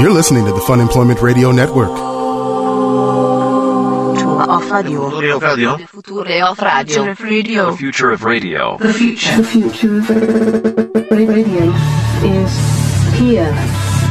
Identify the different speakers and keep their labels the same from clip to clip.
Speaker 1: You're listening to the Fun Employment Radio Network.
Speaker 2: Future of radio. Future of radio.
Speaker 3: The future of radio.
Speaker 2: The future.
Speaker 4: The future of radio is here.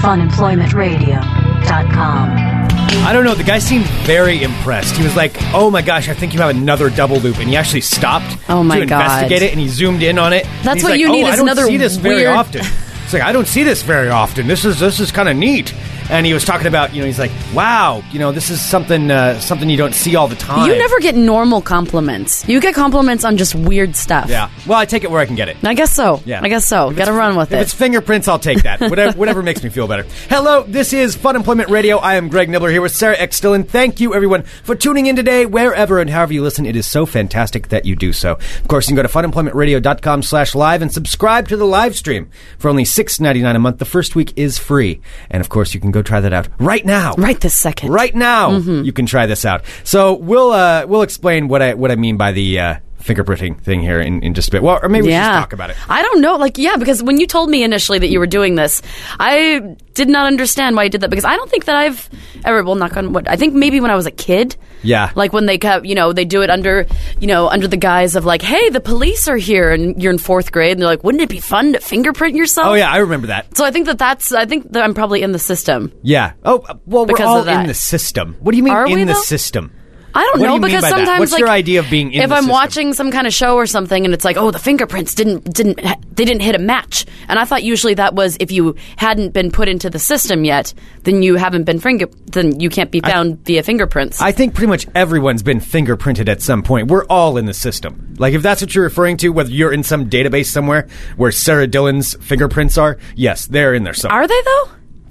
Speaker 5: FunemploymentRadio.com.
Speaker 6: I don't know. The guy seemed very impressed. He was like, "Oh my gosh, I think you have another double loop," and he actually stopped
Speaker 7: Oh my
Speaker 6: to investigate
Speaker 7: God.
Speaker 6: it and he zoomed in on it. And he's
Speaker 7: what
Speaker 6: like,
Speaker 7: you
Speaker 6: "Oh,
Speaker 7: need
Speaker 6: I
Speaker 7: is
Speaker 6: don't
Speaker 7: another
Speaker 6: see this very
Speaker 7: weird-
Speaker 6: often. It's like I don't see this very often. This is this is kind of neat. And he was talking about, you know, he's like, "Wow, you know, this is something uh, something you don't see all the time."
Speaker 7: You never get normal compliments. You get compliments on just weird stuff.
Speaker 6: Yeah. Well, I take it where I can get it.
Speaker 7: I guess so.
Speaker 6: Yeah.
Speaker 7: I guess so. Got to run with
Speaker 6: If it's
Speaker 7: it.
Speaker 6: fingerprints, I'll take that. Whatever, whatever makes me feel better. Hello, this is Fun Employment Radio. I am Greg Nibbler here with Sarah X. Dillon. Thank you, everyone, for tuning in today, wherever and however you listen. It is so fantastic that you do so. Of course, you can go to funemploymentradio.com slash live and subscribe to the live stream for only six ninety nine a month. The first week is free. And of course, you can go try that out right now.
Speaker 7: Right Mm-hmm. this second.
Speaker 6: Right now, you can try this out. So we'll uh, we'll explain what I what I mean by the uh, fingerprinting thing here in, in just a bit. Well, or maybe we should
Speaker 7: yeah.
Speaker 6: just talk about it.
Speaker 7: I don't know. Like, yeah, because when you told me initially that you were doing this, I did not understand why you did that because I don't think that I've ever, well, knock on what, I think maybe when I was a kid.
Speaker 6: Yeah.
Speaker 7: Like when they kept, you know, they do it under, you know, under the guise of like, hey, the police are here and you're in fourth grade and they're like, wouldn't it be fun to fingerprint yourself?
Speaker 6: Oh yeah, I remember that.
Speaker 7: So I think that that's, I think that I'm probably in the system.
Speaker 6: Yeah. Oh, uh, well, we're
Speaker 7: Because
Speaker 6: all
Speaker 7: of that.
Speaker 6: in the system. What do you mean
Speaker 7: Are
Speaker 6: in
Speaker 7: we,
Speaker 6: the
Speaker 7: though?
Speaker 6: system?
Speaker 7: I don't
Speaker 6: What do
Speaker 7: know
Speaker 6: you mean
Speaker 7: because
Speaker 6: by that?
Speaker 7: sometimes
Speaker 6: What's
Speaker 7: like
Speaker 6: your idea of being in
Speaker 7: if
Speaker 6: the
Speaker 7: I'm
Speaker 6: system?
Speaker 7: watching some kind of show or something and it's like oh the fingerprints didn't didn't they didn't hit a match and I thought usually that was if you hadn't been put into the system yet then you haven't been finger then you can't be found via fingerprints
Speaker 6: I think pretty much everyone's been fingerprinted at some point. We're all in the system. Like if that's what you're referring to, whether you're in some database somewhere where Sarah Dillon's fingerprints are, yes, they're in there somewhere.
Speaker 7: are they though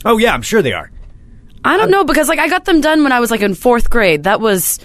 Speaker 6: oh yeah, I'm sure they are.
Speaker 7: I don't know because like I got them done when I was like in fourth grade that was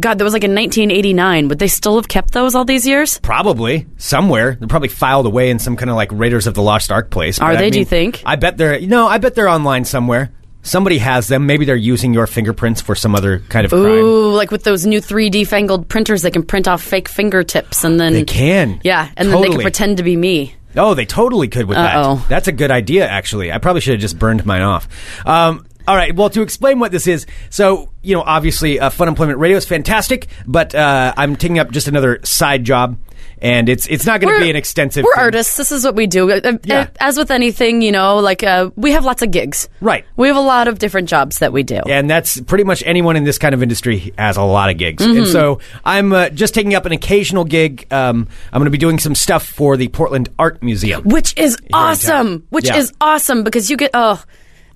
Speaker 7: God that was like in 1989 would they still have kept those all these years
Speaker 6: Probably somewhere. They're probably filed away in some kind of like Raiders of the Lost Ark place.
Speaker 7: Are
Speaker 6: But I
Speaker 7: they, do you
Speaker 6: mean,
Speaker 7: think?
Speaker 6: I bet they're. No, I bet they're online somewhere. Somebody has them. Maybe they're using your fingerprints for some other kind of crime.
Speaker 7: Ooh, like with those new 3D fangled printers that can print off fake fingertips and then
Speaker 6: They can.
Speaker 7: yeah and then they
Speaker 6: Totally.
Speaker 7: can pretend to be me.
Speaker 6: Oh, they totally could with
Speaker 7: Uh-oh.
Speaker 6: that. That's a good idea, actually. I probably should have just burned mine off. Um, all right. Well, to explain what this is, so you know, obviously, uh, Fun Employment Radio is fantastic, but uh, I'm taking up just another side job, and it's it's not going to
Speaker 7: We're-
Speaker 6: be an extensive.
Speaker 7: We're
Speaker 6: thing.
Speaker 7: artists. This is what we do. Uh,
Speaker 6: Yeah.
Speaker 7: uh, As with anything, you know, like uh, we have lots of gigs.
Speaker 6: Right.
Speaker 7: We have a lot of different jobs that we do.
Speaker 6: and that's pretty much anyone in this kind of industry has a lot of gigs.
Speaker 7: Mm-hmm.
Speaker 6: And so I'm uh, just taking up an occasional gig. Um, I'm going to be doing some stuff for the Portland Art Museum.
Speaker 7: Which is
Speaker 6: town.
Speaker 7: awesome. Which
Speaker 6: Yeah.
Speaker 7: is awesome because you get oh,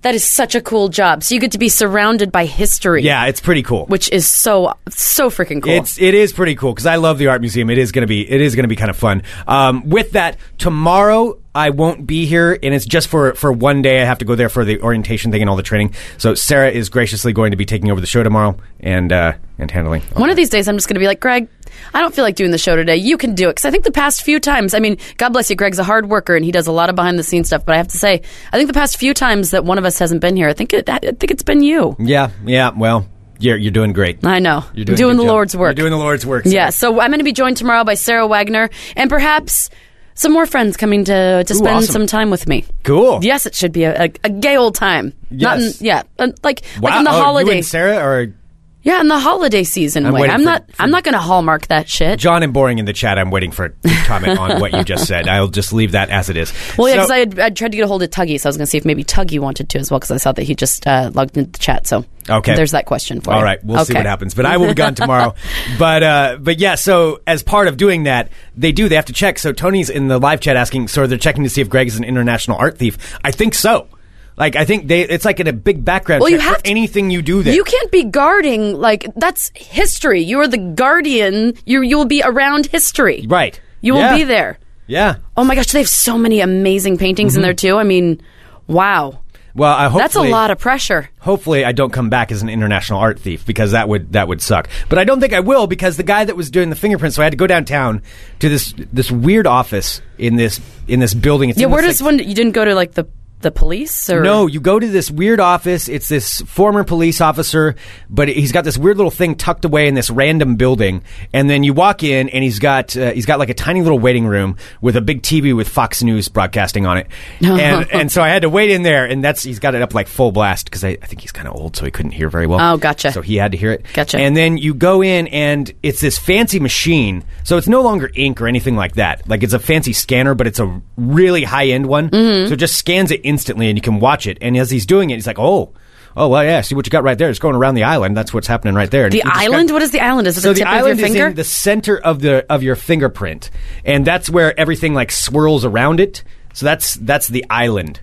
Speaker 7: that is such a cool job. So you get to be surrounded by history.
Speaker 6: Yeah, it's pretty cool.
Speaker 7: Which is so so freaking cool.
Speaker 6: It's it is pretty cool because I love the art museum. It is gonna be it is gonna be kind of fun. Um, with that, tomorrow I won't be here, and it's just for for one day. I have to go there for the orientation thing and all the training. So Sarah is graciously going to be taking over the show tomorrow and uh, and handling. all
Speaker 7: One of these days, I'm just going to be like, Greg, I don't feel like doing the show today. You can do it. Because I think the past few times, I mean, God bless you, Greg's a hard worker and he does a lot of behind the scenes stuff. But I have to say, I think the past few times that one of us hasn't been here, I think it, I think it's been you.
Speaker 6: that. Yeah, yeah. Well, you're you're doing great.
Speaker 7: I know. doing,
Speaker 6: You're a good
Speaker 7: the
Speaker 6: job.
Speaker 7: Lord's work.
Speaker 6: You're doing the Lord's work. Sarah.
Speaker 7: yeah. So I'm going to be joined tomorrow by Sarah Wagner and perhaps some more friends coming to, to spend
Speaker 6: awesome.
Speaker 7: some time with me.
Speaker 6: Cool.
Speaker 7: Yes, it should be a, a, a gay old time. Not in,
Speaker 6: Yes.
Speaker 7: yeah. uh, Like,
Speaker 6: Wow.
Speaker 7: like in the
Speaker 6: Oh, you
Speaker 7: holiday.
Speaker 6: and Sarah or
Speaker 7: yeah, in the holiday season
Speaker 6: I'm
Speaker 7: way.
Speaker 6: waiting
Speaker 7: I'm
Speaker 6: for-
Speaker 7: not.
Speaker 6: for-
Speaker 7: I'm not going to hallmark that shit.
Speaker 6: John and Boring in the chat. I'm waiting for a comment on what you just said. I'll just leave that as it is.
Speaker 7: Well, yeah,
Speaker 6: So-
Speaker 7: because I, had, I tried to get a hold of Tuggy, so I was going to see if maybe Tuggy wanted to as well, because I saw that he just uh, logged into the chat. So
Speaker 6: Okay.
Speaker 7: there's that question for you.
Speaker 6: All right, we'll see
Speaker 7: Okay.
Speaker 6: what happens. But I will be gone tomorrow. but uh, but yeah, so as part of doing that, they do they have to check. So Tony's in the live chat asking, so they're checking to see if Greg is an international art thief. I think so. Like I think they it's like in a big background
Speaker 7: Well, you
Speaker 6: check
Speaker 7: have
Speaker 6: for
Speaker 7: to-
Speaker 6: anything you do there.
Speaker 7: You can't be guarding like that's history. You are the guardian. You you will be around history.
Speaker 6: Right.
Speaker 7: You will
Speaker 6: Yeah.
Speaker 7: be there.
Speaker 6: Yeah.
Speaker 7: Oh my gosh, they have so many amazing paintings
Speaker 6: Mm-hmm.
Speaker 7: in there too. I mean, wow,
Speaker 6: Well, I hope
Speaker 7: that's a lot of pressure.
Speaker 6: hopefully I don't come back as an international art thief because that would that would suck. But I don't think I will because the guy that was doing the fingerprints, so I had to go downtown to this this weird office in this in this building. It's
Speaker 7: Yeah,
Speaker 6: in
Speaker 7: where
Speaker 6: this,
Speaker 7: does
Speaker 6: like,
Speaker 7: one? You didn't go to like the the police? Or
Speaker 6: No, you go to this weird office. It's this former police officer, but he's got this weird little thing tucked away in this random building. And then you walk in, and he's got uh, he's got like a tiny little waiting room with a big TV with Fox News broadcasting on it. and and so I had to wait in there, and that's he's got it up like full blast because I, I think he's kind of old, so he couldn't hear very well.
Speaker 7: Oh, gotcha.
Speaker 6: So he had to hear it.
Speaker 7: Gotcha.
Speaker 6: And then you go in, and it's this fancy machine. So it's no longer ink or anything like that. Like it's a fancy scanner, but it's a really high end one.
Speaker 7: Mm-hmm.
Speaker 6: So it just scans it instantly, and you can watch it. And as he's doing it, he's like, "Oh, oh, well, yeah. See what you got right there? It's going around the island. That's what's happening right there." And
Speaker 7: the
Speaker 6: you just got-
Speaker 7: island? what is the island? Is it
Speaker 6: so
Speaker 7: the
Speaker 6: the
Speaker 7: tip
Speaker 6: island
Speaker 7: of your
Speaker 6: is
Speaker 7: finger?
Speaker 6: in the center of the of your fingerprint, and that's where everything like swirls around it. So that's that's the island.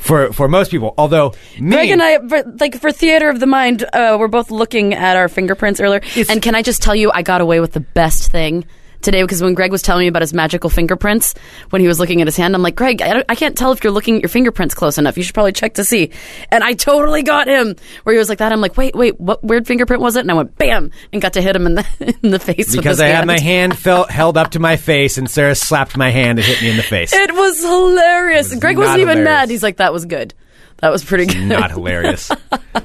Speaker 6: For for most people, although me,
Speaker 7: Greg and I, for, like for theater of the mind, uh, we're both looking at our fingerprints earlier. and can I just tell you, I got away with the best thing today because when Greg was telling me about his magical fingerprints, when he was looking at his hand, I'm like, Greg, I, don't, I can't tell if you're looking at your fingerprints close enough. You should probably check to see. And I totally got him where he was like that. I'm like, wait, wait, what weird fingerprint was it? And I went, bam, and got to hit him in the in the face with
Speaker 6: because
Speaker 7: his
Speaker 6: I had my hand felt held up to my face, and Sarah slapped my hand and hit me in the face.
Speaker 7: It was hilarious.
Speaker 6: was
Speaker 7: Greg
Speaker 6: not
Speaker 7: wasn't even
Speaker 6: hilarious.
Speaker 7: mad. He's like, that was good. That was pretty good.
Speaker 6: Not hilarious.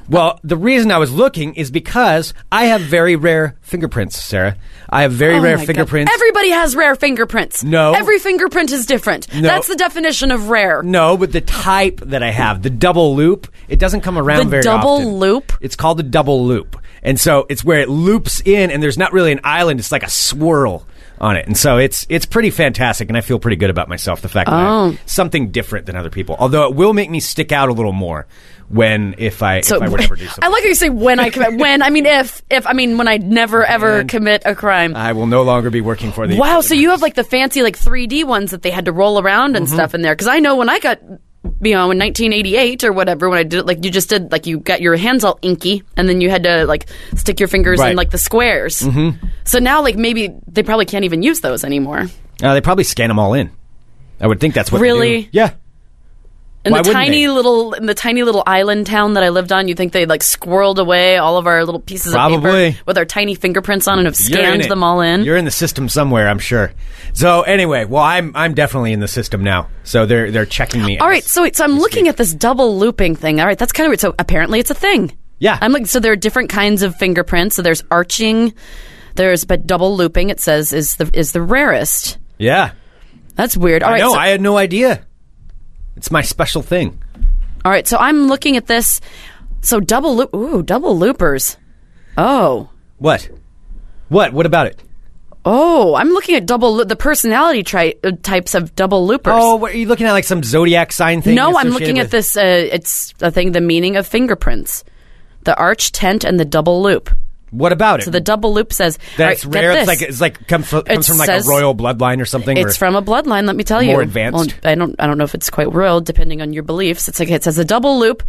Speaker 6: well, the reason I was looking is because I have very rare fingerprints, Sarah. I have very
Speaker 7: Oh
Speaker 6: rare
Speaker 7: my God.
Speaker 6: fingerprints.
Speaker 7: Everybody has rare fingerprints.
Speaker 6: No.
Speaker 7: Every fingerprint is different.
Speaker 6: No.
Speaker 7: That's the definition of rare.
Speaker 6: no, but the type that I have, the double loop, it doesn't come around
Speaker 7: The
Speaker 6: very
Speaker 7: double
Speaker 6: often.
Speaker 7: loop?
Speaker 6: It's called the double loop. And so it's where it loops in and there's not really an island, it's like a swirl on it. And so it's it's pretty fantastic and I feel pretty good about myself the fact that I
Speaker 7: Oh.
Speaker 6: have something different than other people. Although it will make me stick out a little more when if I if I were to ever do something.
Speaker 7: I like how you say when I commit. when I mean if if I mean when I never ever
Speaker 6: And-
Speaker 7: commit a crime.
Speaker 6: I will no longer be working for the
Speaker 7: wow, so you have like the fancy like 3D ones that they had to roll around
Speaker 6: Mm-hmm.
Speaker 7: and stuff in there cuz I know when I got you know, in 1988 or whatever, when I did it, like you just did, like you got your hands all inky, and then you had to like stick your fingers
Speaker 6: Right.
Speaker 7: in like the squares. Mm-hmm. So now, like maybe they probably can't even use those anymore.
Speaker 6: Uh, they probably scan them all in. I would think that's what. they
Speaker 7: Really?
Speaker 6: do. Yeah.
Speaker 7: In
Speaker 6: Why
Speaker 7: the
Speaker 6: wouldn't
Speaker 7: tiny
Speaker 6: they?
Speaker 7: little in the tiny little island town that I lived on, you think they like squirreled away all of our little pieces of
Speaker 6: Probably.
Speaker 7: paper with our tiny fingerprints on and have
Speaker 6: You're in
Speaker 7: scanned
Speaker 6: it.
Speaker 7: them all in?
Speaker 6: You're in the system somewhere, I'm sure. So anyway, well, I'm I'm definitely in the system now. So they're they're checking me.
Speaker 7: all
Speaker 6: as-
Speaker 7: right, so wait, so I'm looking at this double looping thing. All right, that's kind of weird. So apparently it's a thing.
Speaker 6: Yeah.
Speaker 7: I'm like so there are different kinds of fingerprints. So there's arching, there's but double looping it says is the is the rarest.
Speaker 6: yeah.
Speaker 7: That's weird. All right,
Speaker 6: no,
Speaker 7: so-
Speaker 6: I had no idea. It's my special thing.
Speaker 7: All right, so I'm looking at this so double loop ooh, double loopers. Oh.
Speaker 6: What? What? What about it?
Speaker 7: Oh, I'm looking at double lo- the personality tri- uh, types of double loopers.
Speaker 6: Oh, what, are you looking at like some zodiac sign thing?
Speaker 7: no, I'm
Speaker 6: associated
Speaker 7: looking at
Speaker 6: with-
Speaker 7: this. Uh, it's a thing. The meaning of fingerprints, the arch tent, and the double loop.
Speaker 6: What about it?
Speaker 7: So the double loop says
Speaker 6: that's
Speaker 7: all right, get
Speaker 6: rare. It's
Speaker 7: this.
Speaker 6: like it's like comes from, comes from like
Speaker 7: says-
Speaker 6: a royal bloodline or something.
Speaker 7: It's
Speaker 6: or,
Speaker 7: from a bloodline. Let me tell you.
Speaker 6: More advanced.
Speaker 7: Well, I don't. I don't know if it's quite royal, depending on your beliefs. It's like it says a double loop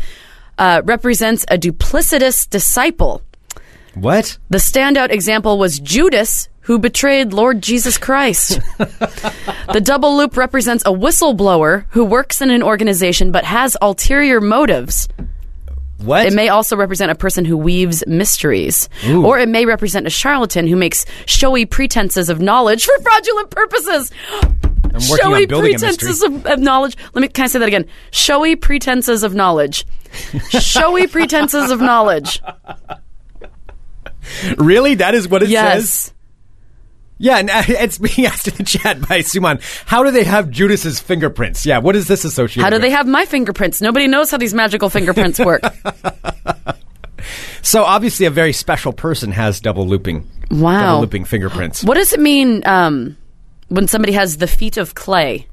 Speaker 7: uh, represents a duplicitous disciple.
Speaker 6: what?
Speaker 7: The standout example was Judas, who betrayed Lord Jesus Christ. the double loop represents a whistleblower who works in an organization but has ulterior motives.
Speaker 6: What?
Speaker 7: It may also represent a person who weaves mysteries. Or it may represent a charlatan who makes showy pretenses of knowledge for fraudulent purposes.
Speaker 6: I'm working
Speaker 7: Showy
Speaker 6: on building a mystery.
Speaker 7: pretenses of, of knowledge. Let me can I say that again? Showy pretenses of knowledge. showy pretenses of knowledge.
Speaker 6: Really? That is what it
Speaker 7: Yes.
Speaker 6: says. Yeah, and uh, it's being asked in the chat by Suman. How do they have Judas's fingerprints? Yeah, what is this associated?
Speaker 7: How do
Speaker 6: with?
Speaker 7: they have my fingerprints? Nobody knows how these magical fingerprints work.
Speaker 6: So obviously, a very special person has double looping.
Speaker 7: Wow.
Speaker 6: double looping fingerprints.
Speaker 7: what does it mean um, when somebody has the feet of clay?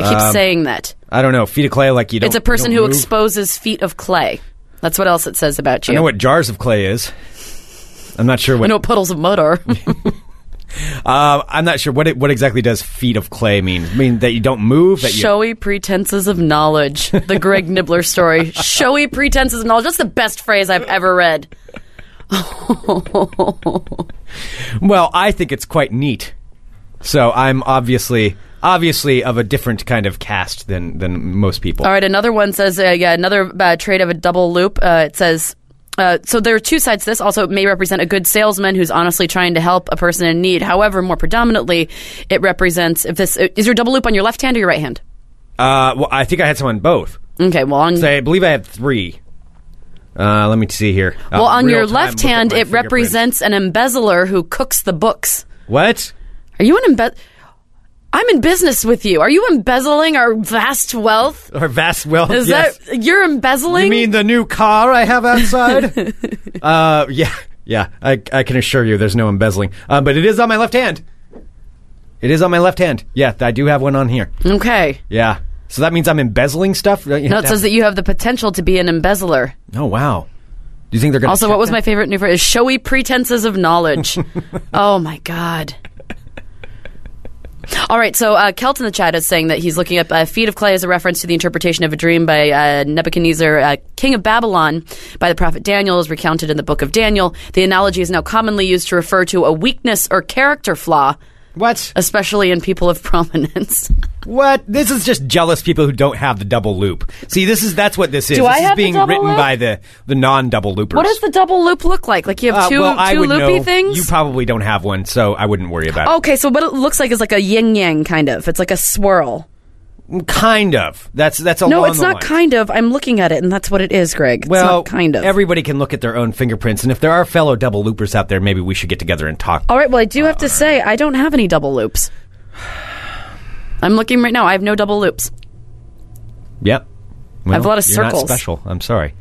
Speaker 7: I keep saying that.
Speaker 6: I don't know. Feet of clay, like you. Um, Don't,
Speaker 7: It's a person
Speaker 6: you
Speaker 7: who
Speaker 6: don't move.
Speaker 7: exposes feet of clay. That's what else it says about you.
Speaker 6: I know what jars of clay is. I'm not sure
Speaker 7: I
Speaker 6: what.
Speaker 7: know what puddles of mud are.
Speaker 6: Uh, I'm not sure what it, what exactly does feet of clay mean. I mean that you don't move. That you.
Speaker 7: Showy pretenses of knowledge. The Greg Nibbler story. Showy pretenses of knowledge. That's the best phrase I've ever read.
Speaker 6: Well, I think it's quite neat. So I'm obviously obviously of a different kind of cast than than most people.
Speaker 7: All right, another one says, uh, yeah, another uh, trait of a double loop. Uh, it says, uh, so there are two sides to this. Also, it may represent a good salesman who's honestly trying to help a person in need. However, more predominantly, it represents if this is your double loop on your left hand or your right hand.
Speaker 6: Uh, well, I think I had some on both.
Speaker 7: Okay, well on
Speaker 6: So I believe I had three. Uh, let me see here.
Speaker 7: well on your left hand, it represents an embezzler who cooks the books.
Speaker 6: what?
Speaker 7: Are you an embezzler? I'm in business with you. Are you embezzling our vast wealth?
Speaker 6: Or vast wealth?
Speaker 7: Is
Speaker 6: yes.
Speaker 7: that you're embezzling?
Speaker 6: You mean the new car I have outside? uh, yeah, yeah. I, I can assure you, there's no embezzling. Um, but it is on my left hand. It is on my left hand. Yeah, I do have one on here.
Speaker 7: okay.
Speaker 6: Yeah. So that means I'm embezzling stuff.
Speaker 7: No, it says that you have the potential to be an embezzler.
Speaker 6: Oh wow. Do you think they're going?
Speaker 7: Also, what was my favorite new phrase? Is showy pretenses of knowledge. oh my god. All right, so uh, Kelt in the chat is saying that he's looking up uh, Feet of Clay as a reference to the interpretation of a dream by uh, Nebuchadnezzar, uh, king of Babylon, by the prophet Daniel, is recounted in the book of Daniel. The analogy is now commonly used to refer to a weakness or character flaw,
Speaker 6: What?
Speaker 7: especially in people of prominence.
Speaker 6: What? This is just jealous people who don't have the double loop. See, this is that's what this is.
Speaker 7: Do
Speaker 6: this
Speaker 7: I
Speaker 6: is
Speaker 7: have the
Speaker 6: being
Speaker 7: double
Speaker 6: written
Speaker 7: loop?
Speaker 6: by the the non double loopers.
Speaker 7: what does the double loop look like? Like you have
Speaker 6: Uh,
Speaker 7: two,
Speaker 6: well, I
Speaker 7: two
Speaker 6: would
Speaker 7: loopy
Speaker 6: know.
Speaker 7: things?
Speaker 6: You probably don't have one, so I wouldn't worry about
Speaker 7: Okay, so what it looks like is like a yin yang kind of. It's like a swirl.
Speaker 6: it. Kind of. That's that's along
Speaker 7: Oh. No, it's
Speaker 6: the
Speaker 7: not
Speaker 6: line.
Speaker 7: kind of. I'm looking at it, and that's what it is, Greg. It's
Speaker 6: Well,
Speaker 7: not kind of.
Speaker 6: Everybody can look at their own fingerprints, and if there are fellow double loopers out there, maybe we should get together and talk.
Speaker 7: All right. Well, I do have to
Speaker 6: Uh,
Speaker 7: say I don't have any double loops. I'm looking right now. I have no double loops.
Speaker 6: Yep. Well,
Speaker 7: have a lot of
Speaker 6: you're
Speaker 7: circles.
Speaker 6: Not special. I'm sorry.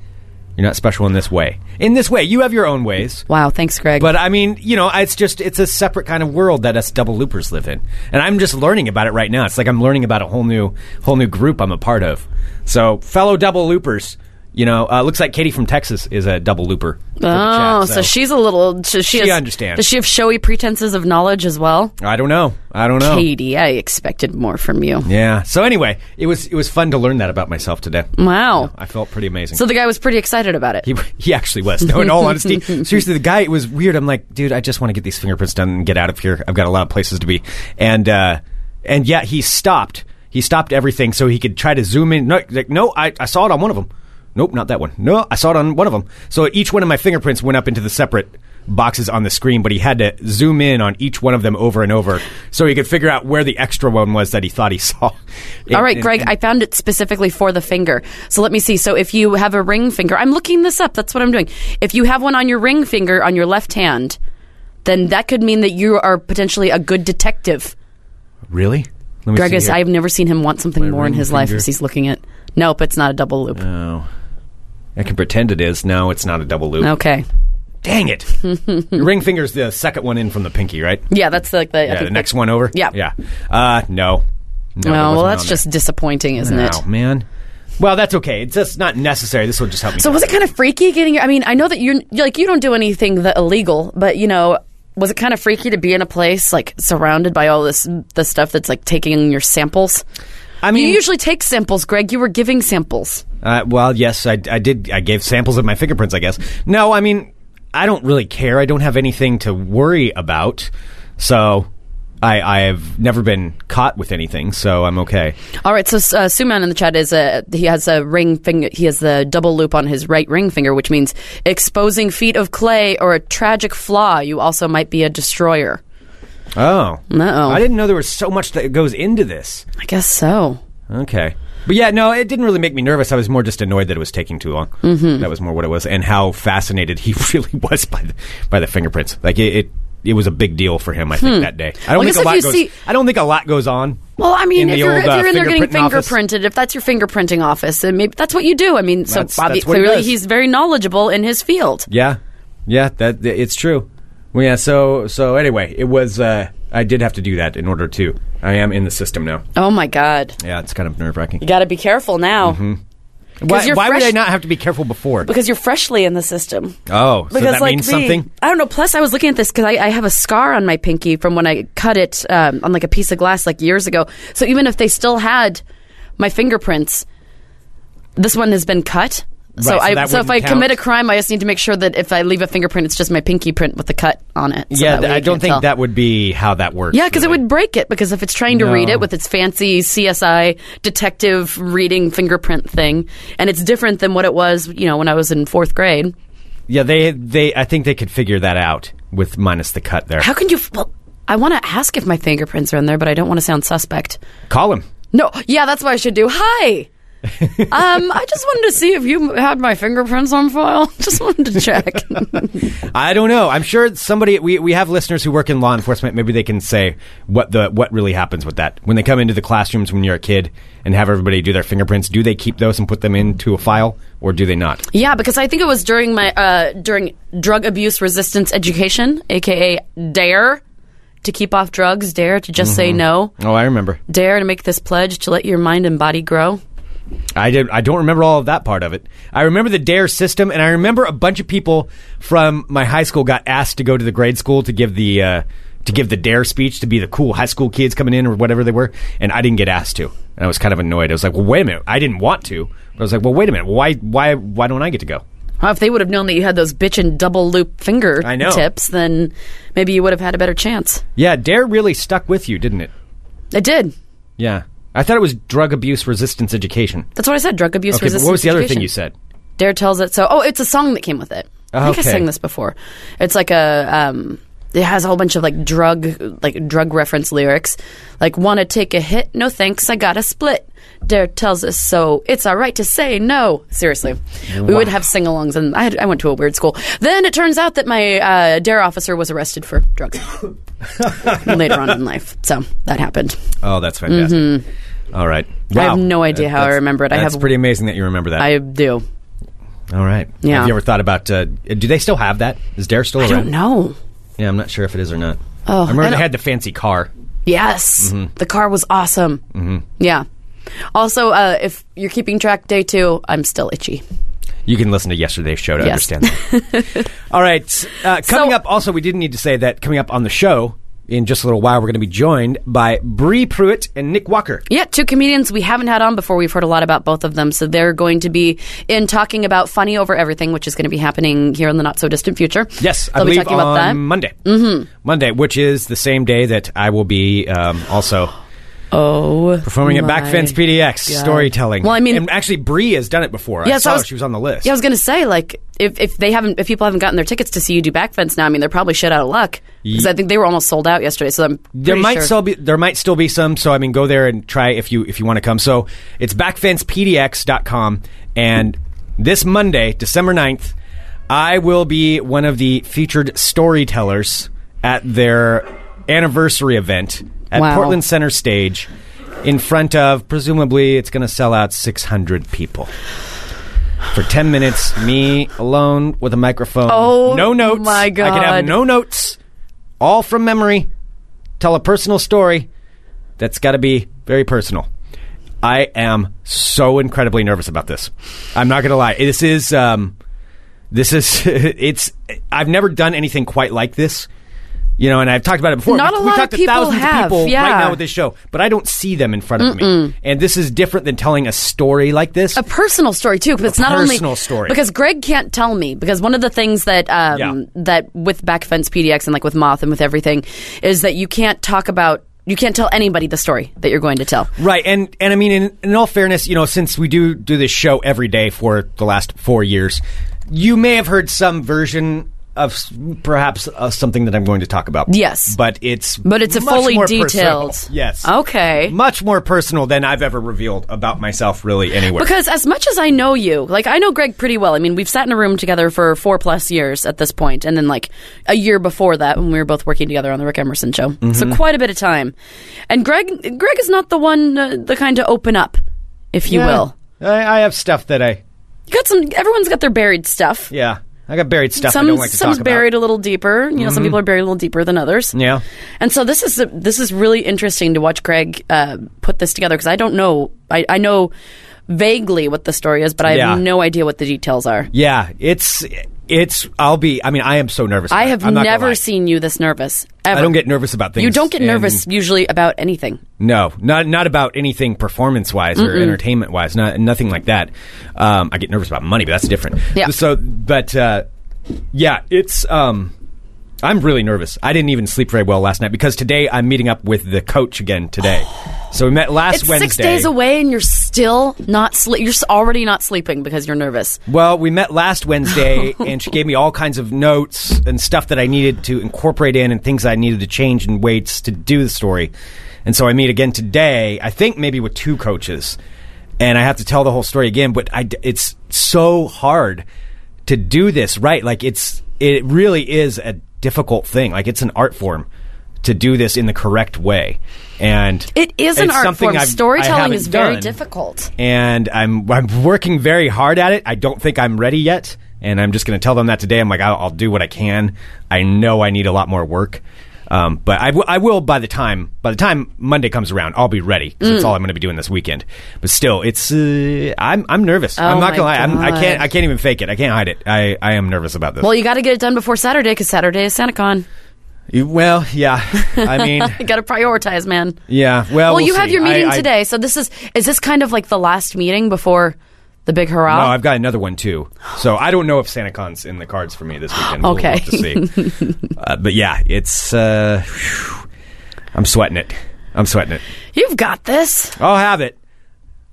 Speaker 6: You're not special in this way. In this way, you have your own ways.
Speaker 7: Wow. Thanks, Greg.
Speaker 6: But I mean, you know, it's just it's a separate kind of world that us double loopers live in, and I'm just learning about it right now. It's like I'm learning about a whole new whole new group I'm a part of. So, fellow double loopers, you know, uh, looks like Katie from Texas is a double looper. for the
Speaker 7: oh,
Speaker 6: chat,
Speaker 7: so. she's a little. She, she,
Speaker 6: She
Speaker 7: has,
Speaker 6: understands.
Speaker 7: Does she have showy pretenses of knowledge as well?
Speaker 6: I don't know. I don't know.
Speaker 7: Katie, I expected more from you.
Speaker 6: Oh. Yeah. So anyway, it was it was fun to learn that about myself today.
Speaker 7: Wow.
Speaker 6: I felt pretty amazing.
Speaker 7: So the guy was pretty excited about it.
Speaker 6: He, he actually was. No, in all honesty, seriously, the guy it was weird. I'm like, dude, I just want to get these fingerprints done and get out of here. I've got a lot of places to be, and uh, and yeah, he stopped. He stopped everything so he could try to zoom in. No, like, no, I, I saw it on one of them. Nope, not that one. No, I saw it on one of them. So each one of my fingerprints went up into the separate boxes on the screen, but he had to zoom in on each one of them over and over so he could figure out where the extra one was that he thought he saw.
Speaker 7: All right, Greg, I found it specifically for the finger. So let me see. So if you have a ring finger, I'm looking this up. That's what I'm doing. If you have one on your ring finger on your left hand, then that could mean that you are potentially a good detective.
Speaker 6: really. Let me
Speaker 7: Greg
Speaker 6: see
Speaker 7: is,
Speaker 6: here.
Speaker 7: I've never seen him want something
Speaker 6: My
Speaker 7: more in
Speaker 6: ring
Speaker 7: his life
Speaker 6: finger.
Speaker 7: as he's looking at. Nope, it's not a double loop.
Speaker 6: Oh. I can pretend it is. No, it's not a double loop.
Speaker 7: Okay.
Speaker 6: Dang it. Your ring finger's the second one in from the pinky, right?
Speaker 7: Yeah, that's like the. I
Speaker 6: Yeah,
Speaker 7: think
Speaker 6: the next one over?
Speaker 7: Yeah.
Speaker 6: Yeah. Uh, no. No, it
Speaker 7: Oh, well,
Speaker 6: wasn't
Speaker 7: that's
Speaker 6: on
Speaker 7: just disappointing, isn't
Speaker 6: there.
Speaker 7: it?
Speaker 6: Oh, man. Well, that's okay. It's just not necessary. This will just help me.
Speaker 7: So was it kind of freaky getting? your- I mean, I know that you're like you don't do anything that illegal, but you know, was it kind of freaky to be in a place like surrounded by all this the stuff that's like taking your samples?
Speaker 6: I mean,
Speaker 7: you usually take samples, Greg. You were giving samples.
Speaker 6: uh, well, yes, I, I did. I gave samples of my fingerprints, I guess. No, I mean, I don't really care. I don't have anything to worry about. So I, I have never been caught with anything, so I'm okay.
Speaker 7: All right, so uh, Suman in the chat is uh, he has a ring finger. He has the double loop on his right ring finger, which means exposing feet of clay or a tragic flaw. You also might be a destroyer.
Speaker 6: Oh.
Speaker 7: Uh-oh.
Speaker 6: I didn't know there was so much that goes into this.
Speaker 7: I guess so.
Speaker 6: Okay. But yeah, no, it didn't really make me nervous. I was more just annoyed that it was taking too long. Mm-hmm. That was more what it was, and how fascinated he really was by the, by the fingerprints. Like it, it, it was a big deal for him. I think that day.
Speaker 7: Hmm. Well,
Speaker 6: I
Speaker 7: I
Speaker 6: don't
Speaker 7: guess
Speaker 6: think a
Speaker 7: if
Speaker 6: lot
Speaker 7: you
Speaker 6: goes.
Speaker 7: see-
Speaker 6: I don't think a lot goes on.
Speaker 7: Well, I mean,
Speaker 6: in
Speaker 7: if
Speaker 6: the
Speaker 7: you're,
Speaker 6: old,
Speaker 7: if
Speaker 6: uh,
Speaker 7: you're in there getting
Speaker 6: fingerprinting office.
Speaker 7: fingerprinted, if that's your fingerprinting office, then maybe that's what you do. I mean, so
Speaker 6: That's-
Speaker 7: Bobby,
Speaker 6: that's what he
Speaker 7: clearly
Speaker 6: does.
Speaker 7: he's very knowledgeable in his field.
Speaker 6: Yeah, yeah, that it's true. Well, yeah. So so anyway, it was. Uh, I did have to do that in order to. I am in the system now.
Speaker 7: Oh my God,
Speaker 6: Yeah, it's kind of nerve wracking.
Speaker 7: you got to be careful now
Speaker 6: Mm-hmm. Why,
Speaker 7: you're
Speaker 6: why would
Speaker 7: fresh-
Speaker 6: I not have to be careful before?
Speaker 7: because you're freshly in the system.
Speaker 6: oh, so
Speaker 7: Because
Speaker 6: that
Speaker 7: like
Speaker 6: means
Speaker 7: me-
Speaker 6: something.
Speaker 7: I don't know. Plus, I was looking at this because I, I have a scar on my pinky from when I cut it um, on like a piece of glass like years ago. So even if they still had my fingerprints, this one has been cut. so
Speaker 6: Right, so
Speaker 7: I
Speaker 6: that
Speaker 7: so if I
Speaker 6: wouldn't
Speaker 7: commit a
Speaker 6: count.
Speaker 7: crime, I just need to make sure that if I leave a fingerprint, it's just my pinky print with the cut on it. So
Speaker 6: yeah,
Speaker 7: that way
Speaker 6: th-
Speaker 7: you
Speaker 6: I don't
Speaker 7: can't
Speaker 6: think
Speaker 7: tell.
Speaker 6: that would be how that works.
Speaker 7: Yeah, because it
Speaker 6: really.
Speaker 7: would break it. Because if it's trying to read
Speaker 6: No.
Speaker 7: it with its fancy CSI detective reading fingerprint thing, and it's different than what it was, you know, when I was in fourth grade.
Speaker 6: Yeah, they they I think they could figure that out with minus the cut there.
Speaker 7: How can you? Well, I want to ask if my fingerprints are in there, but I don't want to sound suspect.
Speaker 6: Call him.
Speaker 7: No, yeah, that's what I should do. Hi. um, I just wanted to see if you had my fingerprints on file. Just wanted to check.
Speaker 6: I don't know. I'm sure somebody we, we have listeners who work in law enforcement. Maybe they can say what the what really happens with that when they come into the classrooms when you're a kid and have everybody do their fingerprints. Do they keep those and put them into a file or do they not?
Speaker 7: yeah, because I think it was during my uh, during drug abuse resistance education, aka Dare, to keep off drugs, Dare to just say no,
Speaker 6: Oh, I remember.
Speaker 7: Dare to make this pledge to let your mind and body grow.
Speaker 6: I did. I don't remember all of that part of it. I remember the Dare E system, and I remember a bunch of people from my high school got asked to go to the grade school to give the uh, to give the Dare speech to be the cool high school kids coming in or whatever they were, and I didn't get asked to, and I was kind of annoyed. I was like, "Well, wait a minute, I didn't want to." But I was like, "Well, wait a minute, why why why don't I get to go?"
Speaker 7: Well, if they would have known that you had those bitchin' double loop finger
Speaker 6: I know.
Speaker 7: tips, then maybe you would have had a better chance.
Speaker 6: Yeah, Dare E really stuck with you, didn't it?
Speaker 7: It did.
Speaker 6: Yeah, I thought it was drug abuse resistance education.
Speaker 7: That's what I said. Drug abuse
Speaker 6: Okay, but
Speaker 7: resistance.
Speaker 6: what was the other
Speaker 7: education.
Speaker 6: thing you said?
Speaker 7: Dare tells it so. Oh, it's a song that came with it. I think I
Speaker 6: Okay.
Speaker 7: sang this before. It's like a. Um, it has a whole bunch of like drug, like drug reference lyrics, like "wanna take a hit? No thanks, I got to split." Dare tells us so. It's all right to say no. Seriously, we would have sing-alongs, and I, had, I went to a weird school. Then it turns out that my uh, Dare officer was arrested for drugs later on in life. So that happened.
Speaker 6: Oh, that's fantastic. All right. Wow.
Speaker 7: Mm-hmm. I have no idea how I
Speaker 6: that's-
Speaker 7: remember it. I
Speaker 6: That's
Speaker 7: have-
Speaker 6: pretty amazing that you remember that.
Speaker 7: I do.
Speaker 6: All right.
Speaker 7: Yeah.
Speaker 6: Have you ever thought about? Uh, do they still have that? Is Dare still
Speaker 7: I
Speaker 6: around?
Speaker 7: don't know.
Speaker 6: Yeah, I'm not sure if it is or not.
Speaker 7: Oh,
Speaker 6: I remember
Speaker 7: I
Speaker 6: they
Speaker 7: don't-
Speaker 6: had the fancy car.
Speaker 7: Yes,
Speaker 6: Mm-hmm.
Speaker 7: the car was awesome. Mm-hmm. Yeah. Also, uh, if you're keeping track, day two, I'm still itchy.
Speaker 6: You can listen to yesterday's show to
Speaker 7: Yes.
Speaker 6: understand. That. All right. Uh, coming up, also, we did need to say that coming up on the show in just a little while, we're going to be joined by Bree Pruitt and Nick Walker.
Speaker 7: Yeah, two comedians we haven't had on before. We've heard a lot about both of them, so they're going to be in talking about funny over everything, which is going to be happening here in the not so distant future.
Speaker 6: Yes, I
Speaker 7: they'll be
Speaker 6: believe
Speaker 7: talking
Speaker 6: on
Speaker 7: about that.
Speaker 6: Monday. Mm-hmm. Monday, which is the same day that I will be um, also
Speaker 7: oh,
Speaker 6: performing at
Speaker 7: my.
Speaker 6: Backfence PDX storytelling.
Speaker 7: Well, I mean-
Speaker 6: and actually, Bree has done it before. I
Speaker 7: Yes, I
Speaker 6: saw
Speaker 7: was-
Speaker 6: she was on the list.
Speaker 7: Yeah, I was going to say like if, if they haven't if people haven't gotten their tickets to see you do Backfence now, I mean they're probably shit out of luck because I think they were almost sold out yesterday. So I'm
Speaker 6: there
Speaker 7: pretty
Speaker 6: might
Speaker 7: sure.
Speaker 6: still be there might still be some so i mean go there and try if you if you want to come so it's backfencepdx.com and this monday december 9th i will be one of the featured storytellers at their anniversary event at
Speaker 7: Wow.
Speaker 6: portland center stage in front of presumably it's going to sell out 600 people for 10 minutes me alone with a microphone
Speaker 7: Oh,
Speaker 6: no notes
Speaker 7: my
Speaker 6: i can have
Speaker 7: God.
Speaker 6: no notes all from memory tell a personal story that's got to be very personal. I am so incredibly nervous about this. I'm not going to lie. This is um, this is it's. I've never done anything quite like this. You know, and I've talked about it before.
Speaker 7: Not
Speaker 6: we,
Speaker 7: a
Speaker 6: we
Speaker 7: lot of
Speaker 6: talked to
Speaker 7: people
Speaker 6: thousands
Speaker 7: have,
Speaker 6: of people right
Speaker 7: yeah.
Speaker 6: now with this show, but I don't see them in front of me. And this is different than telling a story like this.
Speaker 7: a personal story too because it's not only
Speaker 6: personal story.
Speaker 7: because Greg can't tell me because one of the things that um,
Speaker 6: Yeah.
Speaker 7: that with Backfence PDX and like with Moth and with everything is that you can't talk about you can't tell anybody the story that you're going to tell.
Speaker 6: Right, and and I mean, in, in all fairness, you know, since we do do this show every day for the last four years, you may have heard some version of s- perhaps uh, something that I'm going to talk about.
Speaker 7: Yes.
Speaker 6: but it's
Speaker 7: But it's a
Speaker 6: much
Speaker 7: fully
Speaker 6: more
Speaker 7: detailed-
Speaker 6: personal. Yes,
Speaker 7: Okay.
Speaker 6: much more personal than I've ever revealed about myself, really, anywhere.
Speaker 7: Because as much as I know you, like I know Greg pretty well. I mean, we've sat in a room together for four plus years at this point, and then like a year before that when we were both working together on the Rick Emerson show.
Speaker 6: Mm-hmm.
Speaker 7: So quite a bit of time. And Greg, Greg is not the one, uh, the kind to open up, if you
Speaker 6: Yeah.
Speaker 7: will.
Speaker 6: I, I have stuff that I
Speaker 7: You got some. Everyone's got their buried stuff.
Speaker 6: yeah, I got buried stuff
Speaker 7: some
Speaker 6: I don't like to
Speaker 7: some's
Speaker 6: talk
Speaker 7: buried
Speaker 6: about. Mm-hmm.
Speaker 7: a little deeper. You know, some people are buried a little deeper than others.
Speaker 6: Yeah.
Speaker 7: And so this is this is really interesting to watch Greg uh, put this together because I don't know. I, I know vaguely what the story is, but I have
Speaker 6: Yeah.
Speaker 7: no idea what the details are.
Speaker 6: Yeah, it's it's. I'll be. I mean, I am so nervous.
Speaker 7: I
Speaker 6: about it.
Speaker 7: have
Speaker 6: I'm not gonna
Speaker 7: never
Speaker 6: lie.
Speaker 7: seen you this nervous. Ever.
Speaker 6: I don't get nervous about things.
Speaker 7: You don't get
Speaker 6: and-
Speaker 7: nervous usually about anything.
Speaker 6: No, not not about anything performance wise or entertainment wise. Not nothing like that. Um, I get nervous about money, but that's different.
Speaker 7: Yeah.
Speaker 6: So, but uh, yeah, it's. Um, I'm really nervous. I didn't even sleep very well last night because today I'm meeting up with the coach again today. so we met last
Speaker 7: It's
Speaker 6: Wednesday.
Speaker 7: six days away, and you're still not sleep. You're s- already not sleeping because you're nervous.
Speaker 6: Well, we met last Wednesday, and she gave me all kinds of notes and stuff that I needed to incorporate in, and things I needed to change and weights to do the story. And so I meet again today, I think maybe with two coaches. And I have to tell the whole story again, but I d it's so hard to do this right. Like it's it really is a difficult thing. Like it's an art form to do this in the correct way. And
Speaker 7: It is an
Speaker 6: it's
Speaker 7: art
Speaker 6: something
Speaker 7: form.
Speaker 6: I've- I
Speaker 7: Storytelling
Speaker 6: haven't
Speaker 7: is very
Speaker 6: done
Speaker 7: difficult.
Speaker 6: and I'm I'm working very hard at it. I don't think I'm ready yet, and I'm just going to tell them that today. I'm like, I'll, I'll do what I can. I know I need a lot more work, um, but I, w- I will by the time by the time Monday comes around, I'll be ready. 'cause
Speaker 7: Mm.
Speaker 6: It's all I'm going to be doing this weekend. But still, it's uh, I'm I'm nervous. I'm not
Speaker 7: Oh my
Speaker 6: going to lie. I'm, I
Speaker 7: God.
Speaker 6: can't I can't even fake it. I can't hide it. I, I am nervous about this.
Speaker 7: Well, you got to get it done before Saturday because Saturday is SantaCon.
Speaker 6: You- well yeah. I mean,
Speaker 7: You got to prioritize, man.
Speaker 6: yeah. Well,
Speaker 7: Well,
Speaker 6: Uh, we'll
Speaker 7: you have
Speaker 6: see.
Speaker 7: your
Speaker 6: I-
Speaker 7: meeting
Speaker 6: I-
Speaker 7: today, so this is is this kind of like the last meeting before the big hurrah?
Speaker 6: No, Oh, I've got another one too. So I don't know if SantaCon's in the cards for me this weekend. We'll
Speaker 7: Okay.
Speaker 6: have to see. uh, but yeah, it's. Uh, whew. I'm sweating it. I'm sweating it.
Speaker 7: You've got this.
Speaker 6: I'll have it.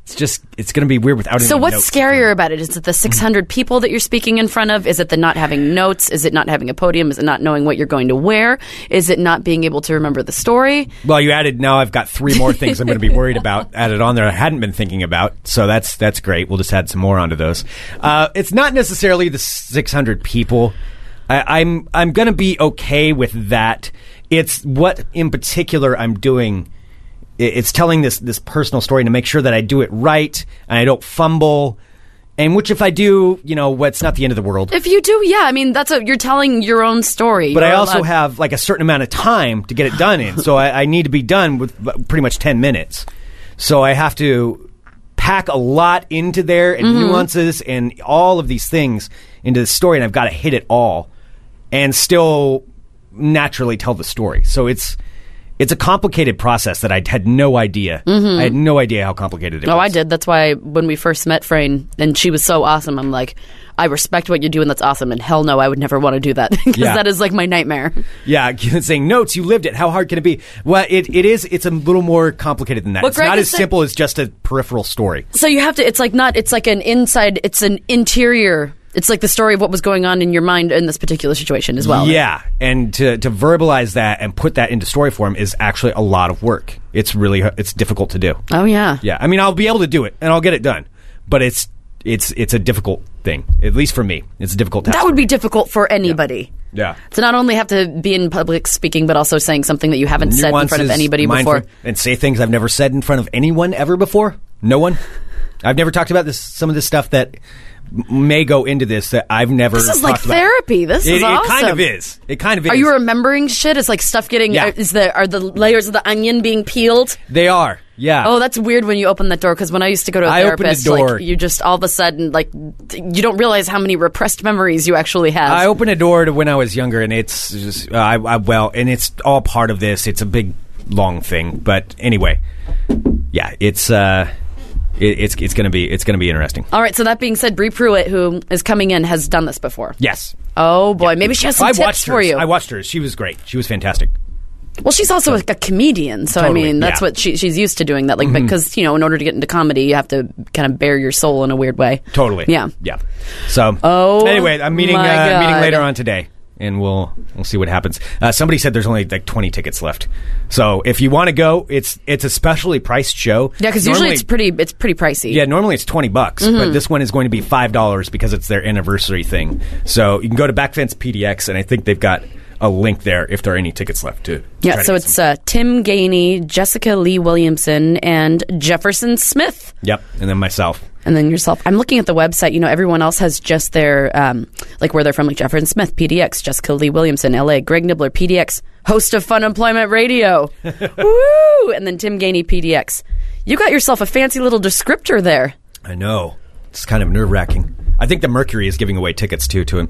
Speaker 6: It's just. It's going to be weird without.
Speaker 7: So
Speaker 6: any
Speaker 7: what's
Speaker 6: notes.
Speaker 7: scarier about it? Is it the
Speaker 6: Mm-hmm.
Speaker 7: 600 people that you're speaking in front of? Is it the not having notes? Is it not having a podium? Is it not knowing what you're going to wear? Is it not being able to remember the story?
Speaker 6: Well, you added. Now I've got three more things I'm going to be worried about. Added on there, I hadn't been thinking about. So that's that's great. We'll just add some more onto those. Uh, it's not necessarily the 600 people. I, I'm I'm going to be okay with that. It's what in particular I'm doing. I- It's telling this this personal story to make sure that I do it right and I don't fumble. And which, if I do, you know, what's not the end of the world.
Speaker 7: If you do, yeah, I mean that's a you're telling your own story.
Speaker 6: But I
Speaker 7: You're
Speaker 6: also
Speaker 7: allowed-
Speaker 6: have like a certain amount of time to get it done in. So I, I need to be done with b- pretty much 10 minutes. So I have to pack a lot into there and
Speaker 7: Mm-hmm.
Speaker 6: nuances and all of these things into the story. And I've got to hit it all and still naturally tell the story. So it's. It's a complicated process that I had no idea. I had no idea how complicated it
Speaker 7: Mm-hmm. Oh, I
Speaker 6: was.
Speaker 7: did. That's why when we first met Frayne, and she was so awesome. I'm like, I respect what you're doing. That's awesome. And hell no, I would never want to do that because
Speaker 6: Yeah.
Speaker 7: that is like my nightmare.
Speaker 6: Yeah, saying notes. You lived it. How hard can it be? Well, it, it is. It's a little more complicated than that.
Speaker 7: What
Speaker 6: it's
Speaker 7: Greg
Speaker 6: not
Speaker 7: is
Speaker 6: as
Speaker 7: saying-
Speaker 6: simple as just a peripheral story.
Speaker 7: So you have to. It's like not. It's like an inside. It's an interior. It's like the story of what was going on in your mind in this particular situation as well.
Speaker 6: Yeah, and to, to verbalize that and put that into story form is actually a lot of work. It's really it's difficult to do.
Speaker 7: Oh yeah.
Speaker 6: Yeah, I mean I'll be able to do it and I'll get it done, but it's it's it's a difficult thing. At least for me, it's a difficult task.
Speaker 7: That would be difficult for anybody.
Speaker 6: yeah.
Speaker 7: To not only have to be in public speaking, but also saying something that you haven't said in front of
Speaker 6: Nuances,
Speaker 7: anybody
Speaker 6: mindful-
Speaker 7: before.
Speaker 6: and say things I've never said in front of anyone ever before. No one. I've never talked about this. Some of the stuff that m- may go into this that I've never.
Speaker 7: This is like
Speaker 6: talked about.
Speaker 7: therapy. This
Speaker 6: It,
Speaker 7: is
Speaker 6: it
Speaker 7: awesome.
Speaker 6: kind of is. It kind of is.
Speaker 7: Are you remembering shit? It's like stuff getting.
Speaker 6: Yeah.
Speaker 7: Are, is the are the layers of the onion being peeled?
Speaker 6: they are. Yeah.
Speaker 7: Oh, that's weird when you open that door because when I used to go to a
Speaker 6: I opened the
Speaker 7: therapist,
Speaker 6: door.
Speaker 7: like you just all of a sudden like th- you don't realize how many repressed memories you actually have.
Speaker 6: I opened a door to when I was younger, and it's just, uh, I, I well, and it's all part of this. It's a big, long thing, but anyway, yeah, it's uh, it, it's it's gonna be it's gonna be interesting.
Speaker 7: all right. So that being said, Brie Pruitt, who is coming in, has done this before.
Speaker 6: Yes,
Speaker 7: Oh boy, maybe she has some
Speaker 6: I
Speaker 7: tips
Speaker 6: watched
Speaker 7: for
Speaker 6: her.
Speaker 7: you.
Speaker 6: I watched her. She was great. She was fantastic.
Speaker 7: well, she's also a, a comedian, so
Speaker 6: Totally,
Speaker 7: I mean that's
Speaker 6: yeah. Mm-hmm.
Speaker 7: what she, she's used to doing. That like because you know in order to get into comedy, you have to kind of bare your soul in a weird way.
Speaker 6: Totally.
Speaker 7: Yeah.
Speaker 6: Yeah. So.
Speaker 7: Oh,
Speaker 6: Anyway, I'm meeting
Speaker 7: my
Speaker 6: uh, meeting
Speaker 7: God.
Speaker 6: later on today. And we'll we'll see what happens. Uh, somebody said there's only like 20 tickets left, so if you want to go, it's it's a specially priced show.
Speaker 7: Yeah, because usually
Speaker 6: Normally-
Speaker 7: it's pretty it's pretty pricey.
Speaker 6: Yeah, normally it's twenty bucks,
Speaker 7: Mm-hmm.
Speaker 6: but this one is going to be five dollars because it's their anniversary thing. So you can go to Backfence PDX, and I think they've got a link there if there are any tickets left too. to try
Speaker 7: Yeah,
Speaker 6: to
Speaker 7: so
Speaker 6: get
Speaker 7: it's
Speaker 6: some.
Speaker 7: uh, Tim Gainey, Jessica Lee Williamson, and Jefferson Smith,
Speaker 6: yep, and then myself.
Speaker 7: and then yourself. I'm looking at the website. You know, everyone else has just their um, like where they're from, like Jefferson Smith, PDX, Jessica Lee Williamson, L.A., Greg Nibbler, PDX, host of Fun Employment Radio, woo, and then Tim Gainey, PDX. You got yourself a fancy little descriptor there.
Speaker 6: I know it's kind of nerve wracking. I think the Mercury is giving away tickets too to it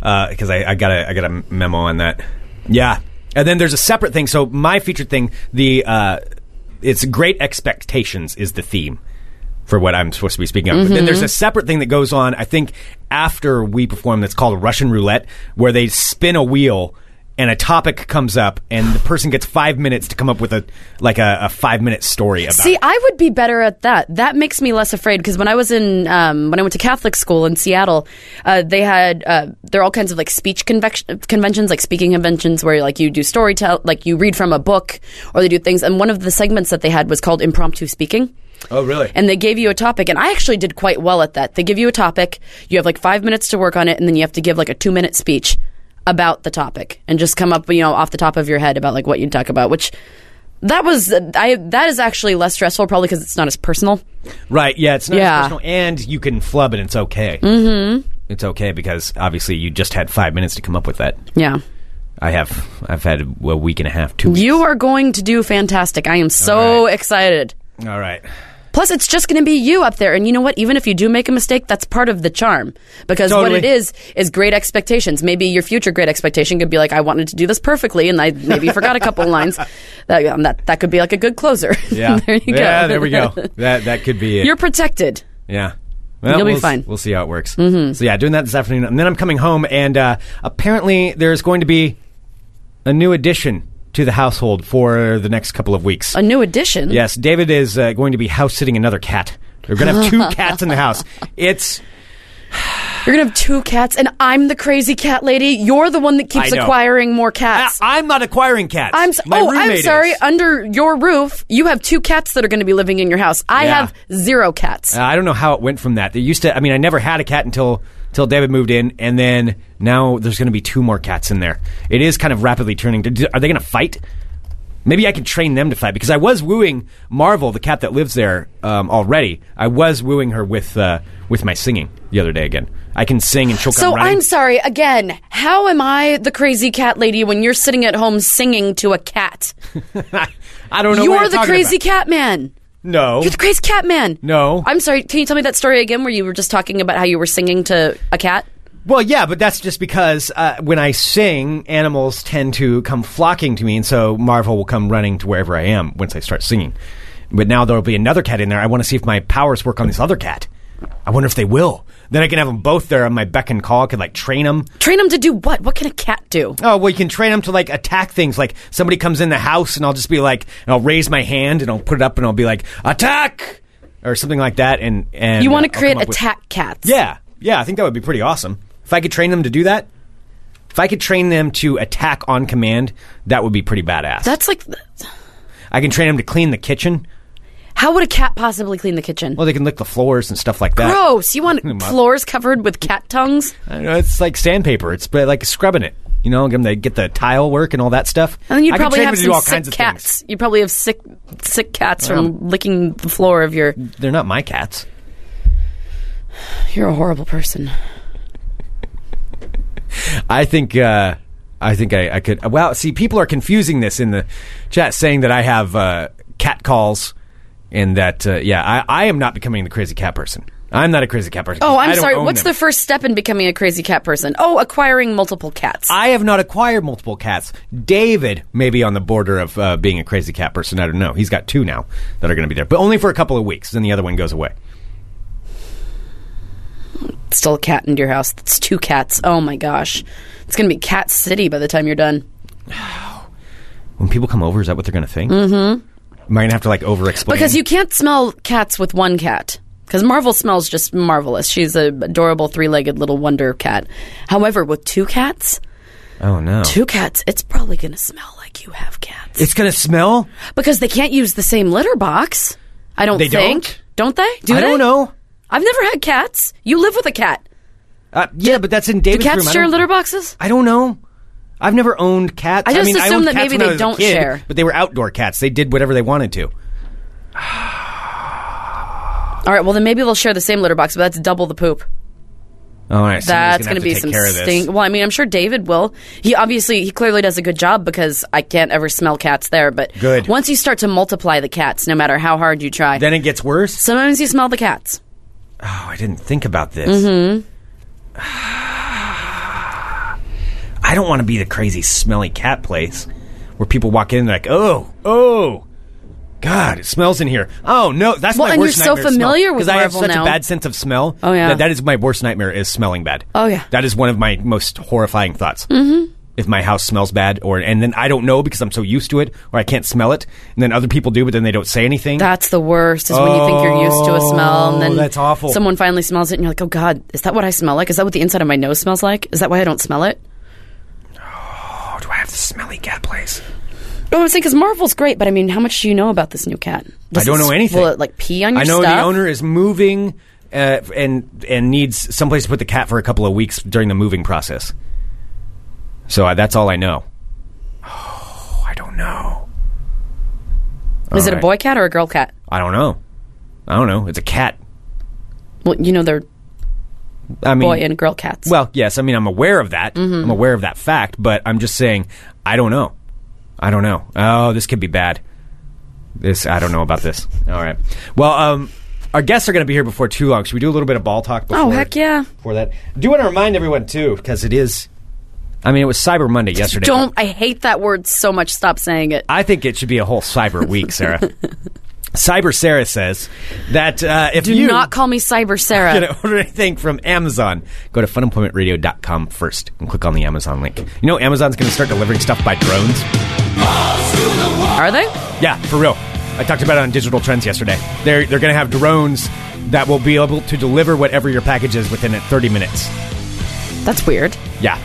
Speaker 6: because I, I got a I got a memo on that. Yeah, and then there's a separate thing. So my featured thing, the uh, it's Great Expectations is the theme for what I'm supposed to be speaking of. But then there's a separate thing that goes on. I think after we perform that's called Russian Roulette, where they spin a wheel. and a topic comes up, and the person gets five minutes to come up with a like a, a five minute story about.
Speaker 7: See,
Speaker 6: it.
Speaker 7: I would be better at that. That makes me less afraid because when I was in um, when I went to Catholic school in Seattle, uh, they had uh, there are all kinds of like speech convex- conventions, like speaking conventions, where like you do storytell, like you read from a book, or they do things. And one of the segments that they had was called impromptu speaking.
Speaker 6: oh, really?
Speaker 7: and they gave you a topic and i actually did quite well at that they give you a topic you have like five minutes to work on it and then you have to give like a two minute speech about the topic and just come up you know off the top of your head about like what you talk about which that was i that is actually less stressful probably because it's not as personal
Speaker 6: Right. Yeah. It's not as
Speaker 7: Yeah.
Speaker 6: personal, and you can flub, and it's okay. Mm-hmm. It's okay because obviously you just had five minutes to come up with that.
Speaker 7: yeah
Speaker 6: I have. I've had a week and a half. Two. Weeks.
Speaker 7: you are going to do fantastic i am so
Speaker 6: All right.
Speaker 7: excited
Speaker 6: All right.
Speaker 7: Plus, it's just going to be you up there. And you know what? Even if you do make a mistake, that's part of the charm. Because
Speaker 6: Totally.
Speaker 7: what it is, is great expectations. Maybe your future great expectation could be like, I wanted to do this perfectly, and I maybe forgot a couple lines. That, um, that, that could be like a good closer.
Speaker 6: Yeah.
Speaker 7: there you
Speaker 6: Yeah.
Speaker 7: go.
Speaker 6: There we go. That that could be it.
Speaker 7: You're protected.
Speaker 6: Yeah. Well,
Speaker 7: You'll be
Speaker 6: we'll s-
Speaker 7: fine.
Speaker 6: we'll see how it works. Mm-hmm. So yeah, doing that this afternoon, and then I'm coming home, and uh, apparently there's going to be a new addition to the household for the next couple of weeks.
Speaker 7: A new addition.
Speaker 6: yes, David is uh, going to be house sitting another cat. We're going to have two cats in the house. It's
Speaker 7: You're going to have two cats, and I'm the crazy cat lady. You're the one that
Speaker 6: I
Speaker 7: keeps
Speaker 6: know.
Speaker 7: acquiring more
Speaker 6: I,
Speaker 7: cats.
Speaker 6: I'm not acquiring cats.
Speaker 7: I'm so-
Speaker 6: My
Speaker 7: oh,
Speaker 6: roommate
Speaker 7: I'm
Speaker 6: is.
Speaker 7: sorry. Under your roof, you have two cats that are going to be living in your house. I
Speaker 6: Yeah.
Speaker 7: have zero cats.
Speaker 6: Uh, I don't know how it went from that. They used to. I mean, I never had a cat until until David moved in, and then now there's going to be two more cats in there. It is kind of rapidly turning. to- Are they going to fight? Maybe I can train them to fight because I was wooing Marvel, the cat that lives there um, already. I was wooing her with uh, with my singing the other day again. I can sing and she'll come
Speaker 7: So
Speaker 6: running.
Speaker 7: I'm sorry again. How am I the crazy cat lady when you're sitting at home singing to a cat?
Speaker 6: I don't know. what
Speaker 7: you're
Speaker 6: you're
Speaker 7: the
Speaker 6: talking
Speaker 7: crazy
Speaker 6: about.
Speaker 7: cat man.
Speaker 6: No,
Speaker 7: You're the crazy cat man.
Speaker 6: no.
Speaker 7: I'm sorry. Can you tell me that story again, where you were just talking about how you were singing to a cat?
Speaker 6: Well, yeah, but that's just because uh, when I sing, animals tend to come flocking to me, and so Marvel will come running to wherever I am once I start singing. But now there'll be another cat in there. I want to see if my powers work on this other cat. I wonder if they will. Then I can have them both there on my beck and call. I could like train them.
Speaker 7: Train him to do what? What can a cat do?
Speaker 6: Oh well, you can train them to like attack things. Like somebody comes in the house, and I'll just be like, and I'll raise my hand and I'll put it up, and I'll be like, attack, or something like that. And and
Speaker 7: You
Speaker 6: uh,
Speaker 7: want
Speaker 6: I'll
Speaker 7: to
Speaker 6: come
Speaker 7: create
Speaker 6: up with-
Speaker 7: attack cats?
Speaker 6: yeah, yeah, I think that would be pretty awesome. If I could train them to do that, if I could train them to attack on command, that would be pretty badass.
Speaker 7: That's like,
Speaker 6: I can train them to clean the kitchen.
Speaker 7: how would a cat possibly clean the kitchen?
Speaker 6: Well, they can lick the floors and stuff like that.
Speaker 7: Gross. You want
Speaker 6: Clean 'em up.
Speaker 7: floors covered with cat tongues?
Speaker 6: I don't know, it's like sandpaper. It's but like scrubbing it. You know, give them to get the tile work and all that stuff.
Speaker 7: And then you'd
Speaker 6: I could
Speaker 7: probably
Speaker 6: train
Speaker 7: have some
Speaker 6: them to do all
Speaker 7: sick
Speaker 6: kinds of
Speaker 7: cats. You probably have sick, sick cats from licking the floor of your.
Speaker 6: things. They're not my cats.
Speaker 7: You're a horrible person.
Speaker 6: I think uh, I think I, I could. Well, see, people are confusing this in the chat, saying that I have uh, cat calls, and that uh, yeah, I, I am not becoming the crazy cat person. I'm not a crazy cat person.
Speaker 7: Oh, I'm
Speaker 6: I don't
Speaker 7: sorry.
Speaker 6: own
Speaker 7: What's
Speaker 6: them.
Speaker 7: the first step in becoming a crazy cat person? Oh, acquiring multiple cats.
Speaker 6: I have not acquired multiple cats. David may be on the border of uh, being a crazy cat person. I don't know. He's got two now that are going to be there, but only for a couple of weeks. Then the other one goes away.
Speaker 7: Still a cat into your house. That's two cats. Oh my gosh. It's going to be Cat City by the time you're done.
Speaker 6: When people come over, is that what they're going to think? Mm-hmm. Am I going to have to like over-explain?
Speaker 7: Because you can't smell cats with one cat. Because Marvel smells just marvelous. She's a adorable three legged little wonder cat. However, with two cats,
Speaker 6: Oh no.
Speaker 7: two cats, it's probably going to smell like you have cats.
Speaker 6: It's going to smell.
Speaker 7: because they can't use the same litter box. I don't
Speaker 6: They
Speaker 7: think. Don't
Speaker 6: don't?
Speaker 7: they? Do
Speaker 6: I
Speaker 7: they?
Speaker 6: don't know.
Speaker 7: I've never had cats. You live with a cat.
Speaker 6: Uh, yeah, but that's in
Speaker 7: Do
Speaker 6: David's room.
Speaker 7: cats
Speaker 6: I
Speaker 7: share
Speaker 6: don't-
Speaker 7: litter boxes?
Speaker 6: I don't know. I've never owned cats.
Speaker 7: I just
Speaker 6: mean,
Speaker 7: assume
Speaker 6: owned
Speaker 7: that
Speaker 6: cats
Speaker 7: maybe
Speaker 6: when I
Speaker 7: they
Speaker 6: was a
Speaker 7: don't
Speaker 6: kid,
Speaker 7: share.
Speaker 6: But they were outdoor cats. They did whatever they wanted to.
Speaker 7: All right, well then maybe they'll share the same litter box, but that's double the poop.
Speaker 6: All right,
Speaker 7: That's
Speaker 6: going to
Speaker 7: be
Speaker 6: take
Speaker 7: some
Speaker 6: care of this.
Speaker 7: stink. Well, I mean, I'm sure David will. He obviously, he clearly does a good job because I can't ever smell cats there. But
Speaker 6: Good.
Speaker 7: once you start to multiply the cats, no matter how hard you try,
Speaker 6: Then it gets worse.
Speaker 7: sometimes you smell the cats.
Speaker 6: Oh, I didn't think about this. I don't want to be the crazy smelly cat place where people walk in and they're like, "Oh, oh, God, it smells in here." Oh no, that's
Speaker 7: Well,
Speaker 6: my
Speaker 7: and
Speaker 6: worst
Speaker 7: you're so
Speaker 6: nightmare. smell.
Speaker 7: familiar with
Speaker 6: 'Cause I have
Speaker 7: Marvel
Speaker 6: such
Speaker 7: now.
Speaker 6: a bad sense of smell.
Speaker 7: Oh, yeah.
Speaker 6: that- that is my worst nightmare is smelling bad.
Speaker 7: Oh, yeah. Mm-hmm.
Speaker 6: that is one of my most horrifying thoughts. if my house smells bad or and then I don't know because I'm so used to it or I can't smell it and then other people do but then they don't say anything.
Speaker 7: That's the worst is when you think you're used to a smell and then
Speaker 6: Oh, that's awful.
Speaker 7: someone finally smells it and you're like, oh God, is that what I smell like? Is that what the inside of my nose smells like? Is that why I don't smell it?
Speaker 6: oh, do I have the smelly cat place?
Speaker 7: No, I'm saying because Marvel's great, but I mean, how much do you know about this new cat? Does
Speaker 6: I don't
Speaker 7: it-
Speaker 6: know anything.
Speaker 7: Will it like pee on your
Speaker 6: I know
Speaker 7: stuff?
Speaker 6: the owner is moving uh, and and needs someplace to put the cat for a couple of weeks during the moving process. So I, that's all I know. Oh, I don't know.
Speaker 7: Is it a
Speaker 6: Alright.
Speaker 7: boy cat or a girl cat?
Speaker 6: I don't know. I don't know. It's a cat.
Speaker 7: Well, you know they're
Speaker 6: I mean,
Speaker 7: boy and Mm-hmm. girl cats.
Speaker 6: well, yes. I mean, I'm aware of that. I'm aware of that fact, but I'm just saying, I don't know. I don't know. Oh, this could be bad. This I don't know about this. All right. Well, um, our guests are going to be here before too long. Should we do a little bit of ball talk? Before
Speaker 7: oh heck yeah!
Speaker 6: before that. I do want to remind everyone too, because it is. I mean, it was Cyber Monday yesterday.
Speaker 7: Don't I hate that word so much? Stop saying it.
Speaker 6: I think it should be a whole Cyber Week, Sarah. Cyber Sarah says that uh, if
Speaker 7: Do
Speaker 6: you
Speaker 7: not call me Cyber Sarah.
Speaker 6: going to order anything from Amazon, go to funemploymentradio.com first and click on the Amazon link. You know, Amazon's going to start delivering stuff by drones.
Speaker 7: Are they?
Speaker 6: Yeah, for real. I talked about it on Digital Trends yesterday. They're, they're going to have drones that will be able to deliver whatever your package is within 30 minutes.
Speaker 7: That's weird.
Speaker 6: Yeah.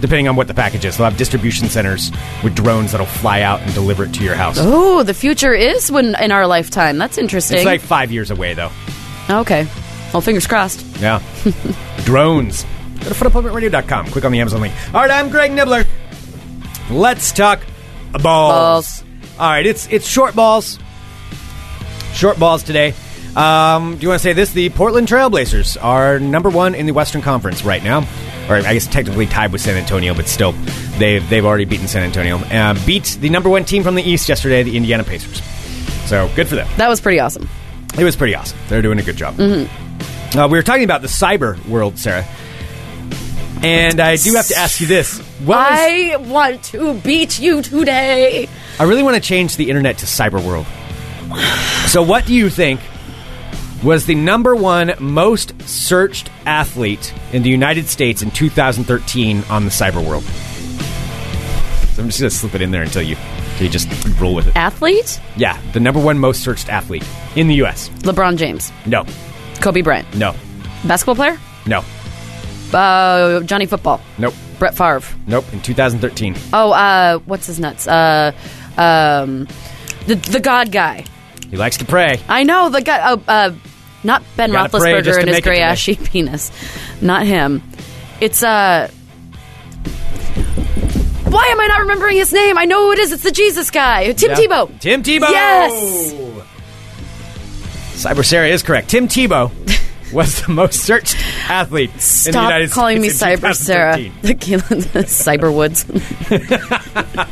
Speaker 6: Depending on what the package is, they'll have distribution centers with drones that'll fly out and deliver it to your house.
Speaker 7: Oh, the future is when in our lifetime. That's interesting.
Speaker 6: It's like five years away, though.
Speaker 7: okay. Well, fingers crossed.
Speaker 6: Yeah. drones. Go to footappointmentradio.com. Click on the Amazon link. All right, I'm Greg Nibbler. Let's talk balls.
Speaker 7: Balls.
Speaker 6: All right, it's it's short balls. Short balls today. Um, do you want to say this? The Portland Trailblazers are number one in the Western Conference right now, or I guess technically tied with San Antonio, but still, they've they've already beaten San Antonio. Uh, beat the number one team from the East yesterday, the Indiana Pacers. So good for them.
Speaker 7: That was pretty awesome.
Speaker 6: It was pretty awesome. They're doing a good job. Uh, we were talking about the cyber world, Sarah. And I do have to ask you this. What was- I,
Speaker 7: I want to beat you today.
Speaker 6: really want to change the internet to cyber world. So, what do you think was the number one most searched athlete in the United States in 2013 on the cyber world? So I'm just going to slip it in there until you, until you just roll with it.
Speaker 7: Athlete?
Speaker 6: Yeah, the number one most searched athlete in the U.S.
Speaker 7: LeBron James,
Speaker 6: No,
Speaker 7: Kobe Bryant,
Speaker 6: no,
Speaker 7: basketball player,
Speaker 6: no,
Speaker 7: uh, Johnny Football,
Speaker 6: nope.
Speaker 7: Brett Favre.
Speaker 6: Nope, in 2013.
Speaker 7: Oh, uh, what's his nuts? Uh, um, the the God guy.
Speaker 6: He likes to pray.
Speaker 7: I know the guy. Oh, uh, not Ben
Speaker 6: You gotta pray just
Speaker 7: Roethlisberger
Speaker 6: to
Speaker 7: and his
Speaker 6: make it
Speaker 7: gray
Speaker 6: today.
Speaker 7: ashy penis. Not him. It's uh. Why am I not remembering his name? I know who it is. It's the Jesus guy, Tim
Speaker 6: Yeah.
Speaker 7: Tebow.
Speaker 6: Tim Tebow.
Speaker 7: Yes.
Speaker 6: Cyber Sarah is correct. Tim Tebow was the most searched athlete in the
Speaker 7: Stop
Speaker 6: United
Speaker 7: calling me
Speaker 6: States. in
Speaker 7: Cyber Sarah.
Speaker 6: 2013.
Speaker 7: The Keelan- the Cyber Woods.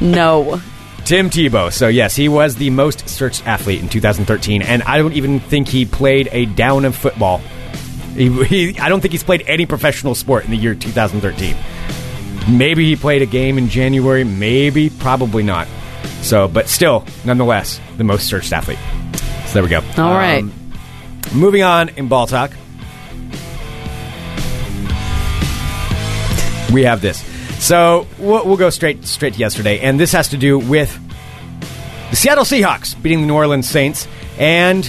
Speaker 7: no.
Speaker 6: Tim Tebow. So yes, he was the most searched athlete in 2013, and I don't even think he played a down of football. He, he, I don't think he's played any professional sport in the year 2013. Maybe he played a game in January. Maybe, probably not. So, but still, nonetheless, the most searched athlete. So there we go.
Speaker 7: All right.
Speaker 6: Um, Moving on in ball talk. We have this. So we'll, we'll go straight straight to yesterday, and this has to do with the Seattle Seahawks beating the New Orleans Saints and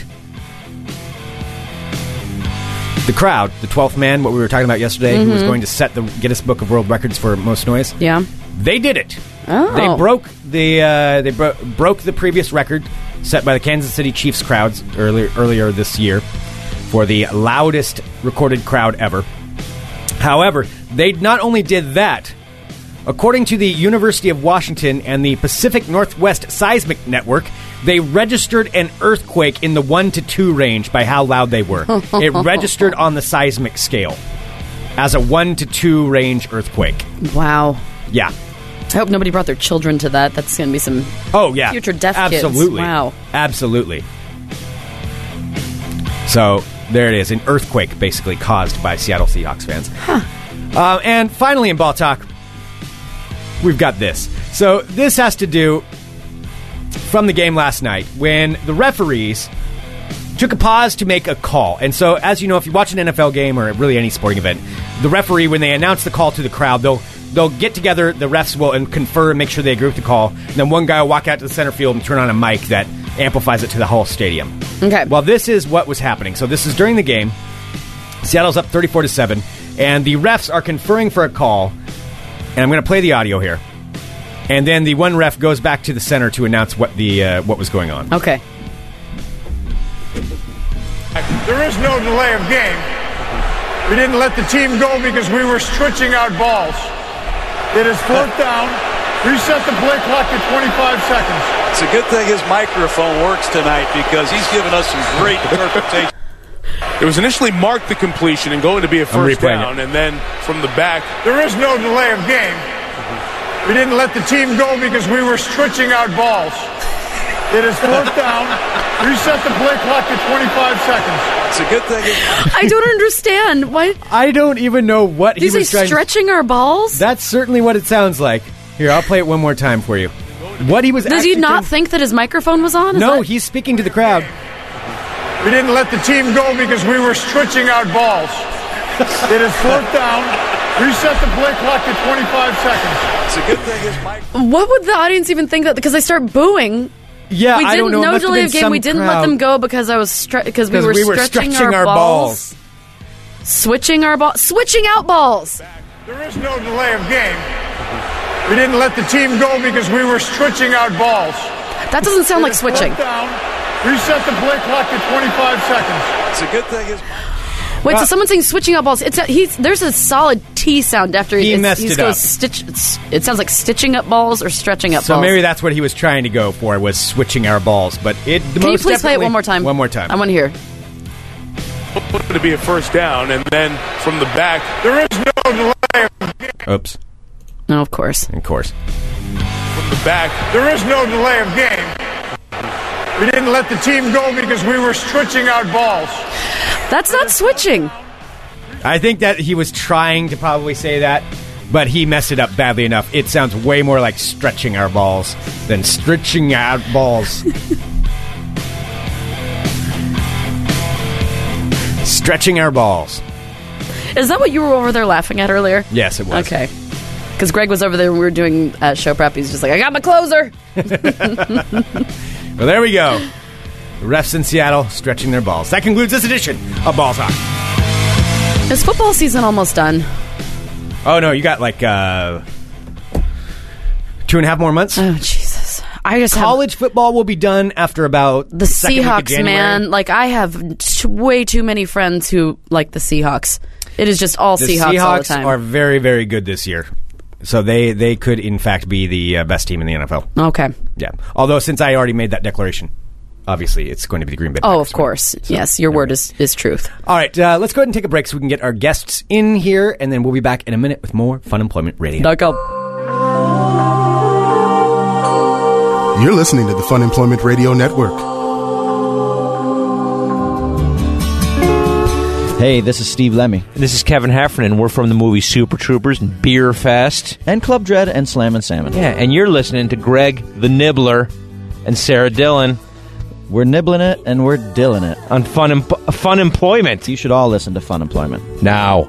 Speaker 6: the crowd, the twelfth man, what we were talking about yesterday, who was going to set the Guinness Book of World Records for most noise.
Speaker 7: Yeah.
Speaker 6: They did it.
Speaker 7: Oh.
Speaker 6: They broke the uh, they bro- broke the previous record set by the Kansas City Chiefs crowds earlier earlier this year for the loudest recorded crowd ever. However, they not only did that, according to the University of Washington and the Pacific Northwest Seismic Network, they registered an earthquake in the 1 to 2 range by how loud they were. it registered on the seismic scale as a 1 to 2 range earthquake.
Speaker 7: Wow.
Speaker 6: Yeah.
Speaker 7: I hope nobody brought their children to that. That's going to be some.
Speaker 6: Oh yeah,
Speaker 7: Future deaf kids.
Speaker 6: Absolutely,
Speaker 7: Wow.
Speaker 6: absolutely. So there it is, an earthquake basically caused by Seattle Seahawks fans. Uh, and finally, in ball talk, we've got this. So this has to do from the game last night when the referees took a pause to make a call. And so, as you know, if you watch an NFL game or really any sporting event, the referee, when they announce the call to the crowd, they'll they'll get together. The refs will and confer and make sure they agree with the call. And then one guy will walk out to the center field and turn on a mic that amplifies it to the whole stadium.
Speaker 7: Okay.
Speaker 6: Well, this is what was happening. So this is during the game. Seattle's up 34 to 7 and the refs are conferring for a call and I'm going to play the audio here. And then the one ref goes back to the center to announce what the uh, what was going on.
Speaker 7: Okay.
Speaker 5: There is no delay of game. We didn't let the team go because we were stretching out balls. It is fourth down. Reset the play clock at 25 seconds.
Speaker 8: It's a good thing his microphone works tonight because he's given us some great interpretation.
Speaker 9: It was initially marked the completion and going to be a first
Speaker 6: replaying
Speaker 9: down, and then from the back,
Speaker 5: There is no delay of game. We didn't let the team go because we were stretching out balls. It is fourth down. Reset the play clock at 25 seconds.
Speaker 8: It's a good thing. His,
Speaker 7: I don't understand. Why did
Speaker 6: I don't even know what
Speaker 7: he
Speaker 6: he
Speaker 7: say
Speaker 6: was trying.
Speaker 7: stretching our balls?
Speaker 6: That's certainly what it sounds like. Here, I'll play it one more time for you. What he was
Speaker 7: Does he
Speaker 6: actually
Speaker 7: not
Speaker 6: con-
Speaker 7: think that his microphone was on? Is
Speaker 6: no,
Speaker 7: that-
Speaker 6: he's speaking to the crowd.
Speaker 5: We didn't let the team go because we were stretching out balls. It is fourth down. Reset the play clock at 25 seconds.
Speaker 8: it's a good thing his mic.
Speaker 7: What would the audience even think that? Because they start booing.
Speaker 6: Yeah,
Speaker 7: we didn't
Speaker 6: I don't know.
Speaker 7: no
Speaker 6: It must have
Speaker 7: delay
Speaker 6: been
Speaker 7: of game.
Speaker 6: some
Speaker 7: We didn't
Speaker 6: crowd.
Speaker 7: let them go because I was stre- because we
Speaker 6: 'Cause
Speaker 7: were,
Speaker 6: we were stretching our balls.
Speaker 7: switching our balls, switching out balls.
Speaker 5: There is no delay of game. We didn't let the team go because we were stretching out balls.
Speaker 7: That doesn't sound like switching.
Speaker 5: Fourth down. Reset the play clock at 25 seconds.
Speaker 8: It's a good thing his.
Speaker 7: Wait, so
Speaker 6: Well-
Speaker 7: someone's saying switching out balls. It's a, he's there's a solid T sound after
Speaker 6: He
Speaker 7: it's-
Speaker 6: messed
Speaker 7: he's
Speaker 6: it
Speaker 7: goes
Speaker 6: up.
Speaker 7: Stitch, it's- it sounds like stitching up balls or stretching up
Speaker 6: So
Speaker 7: balls.
Speaker 6: maybe that's what he was trying to go for was switching our balls. But it.
Speaker 7: Can you please play it one more time?
Speaker 6: One more time.
Speaker 7: I want to hear.
Speaker 9: going to be a first down, and then from the back,
Speaker 5: There is no delay.
Speaker 6: Oops.
Speaker 7: No, of course.
Speaker 6: Of course.
Speaker 9: from the back,
Speaker 5: There is no delay of game. We didn't let the team go because we were stretching out balls.
Speaker 7: That's not switching.
Speaker 6: I think that he was trying to probably say that, but he messed it up badly enough. It sounds way more like stretching our balls than stretching out balls. stretching our balls.
Speaker 7: Is that what you were over there laughing at earlier?
Speaker 6: Yes, it was.
Speaker 7: Okay. Because Greg was over there when we were doing uh, show prep. He's just like, I got my closer.
Speaker 6: Well, there we go. The refs in Seattle stretching their balls. That concludes this edition of Ball Talk.
Speaker 7: Is football season almost done?
Speaker 6: Oh no, you got like uh, two and a half more months.
Speaker 7: Oh, Jesus. I just have
Speaker 6: College football will be done after about
Speaker 7: the
Speaker 6: second week of
Speaker 7: Seahawks,
Speaker 6: January.
Speaker 7: man. Like, I have t- way too many friends who like the Seahawks. It is just all
Speaker 6: The
Speaker 7: Seahawks, all the time.
Speaker 6: are very, very good this year. So they they could in fact be the uh, best team in the NFL.
Speaker 7: okay.
Speaker 6: Yeah. Although since I already made that declaration, obviously it's going to be the Green Bay.
Speaker 7: Oh,
Speaker 6: Packers.
Speaker 7: of course. Yes, your word is, is truth.
Speaker 6: All right. Uh, let's go ahead and take a break so we can get our guests in here, and then we'll be back in a minute with more Fun Employment Radio.
Speaker 1: You're listening to the Fun Employment Radio Network.
Speaker 10: Hey, this is Steve Lemmy.
Speaker 11: This is Kevin Heffernan. We're from the movie Super Troopers and Beer Fest.
Speaker 10: And Club Dread and Slam and Salmon.
Speaker 11: Yeah, and you're listening to Greg the Nibbler and Sarah Dillon
Speaker 10: We're nibbling it and we're dilling it.
Speaker 11: on Fun em- Fun Employment.
Speaker 10: You should all listen to Fun Employment
Speaker 11: Now,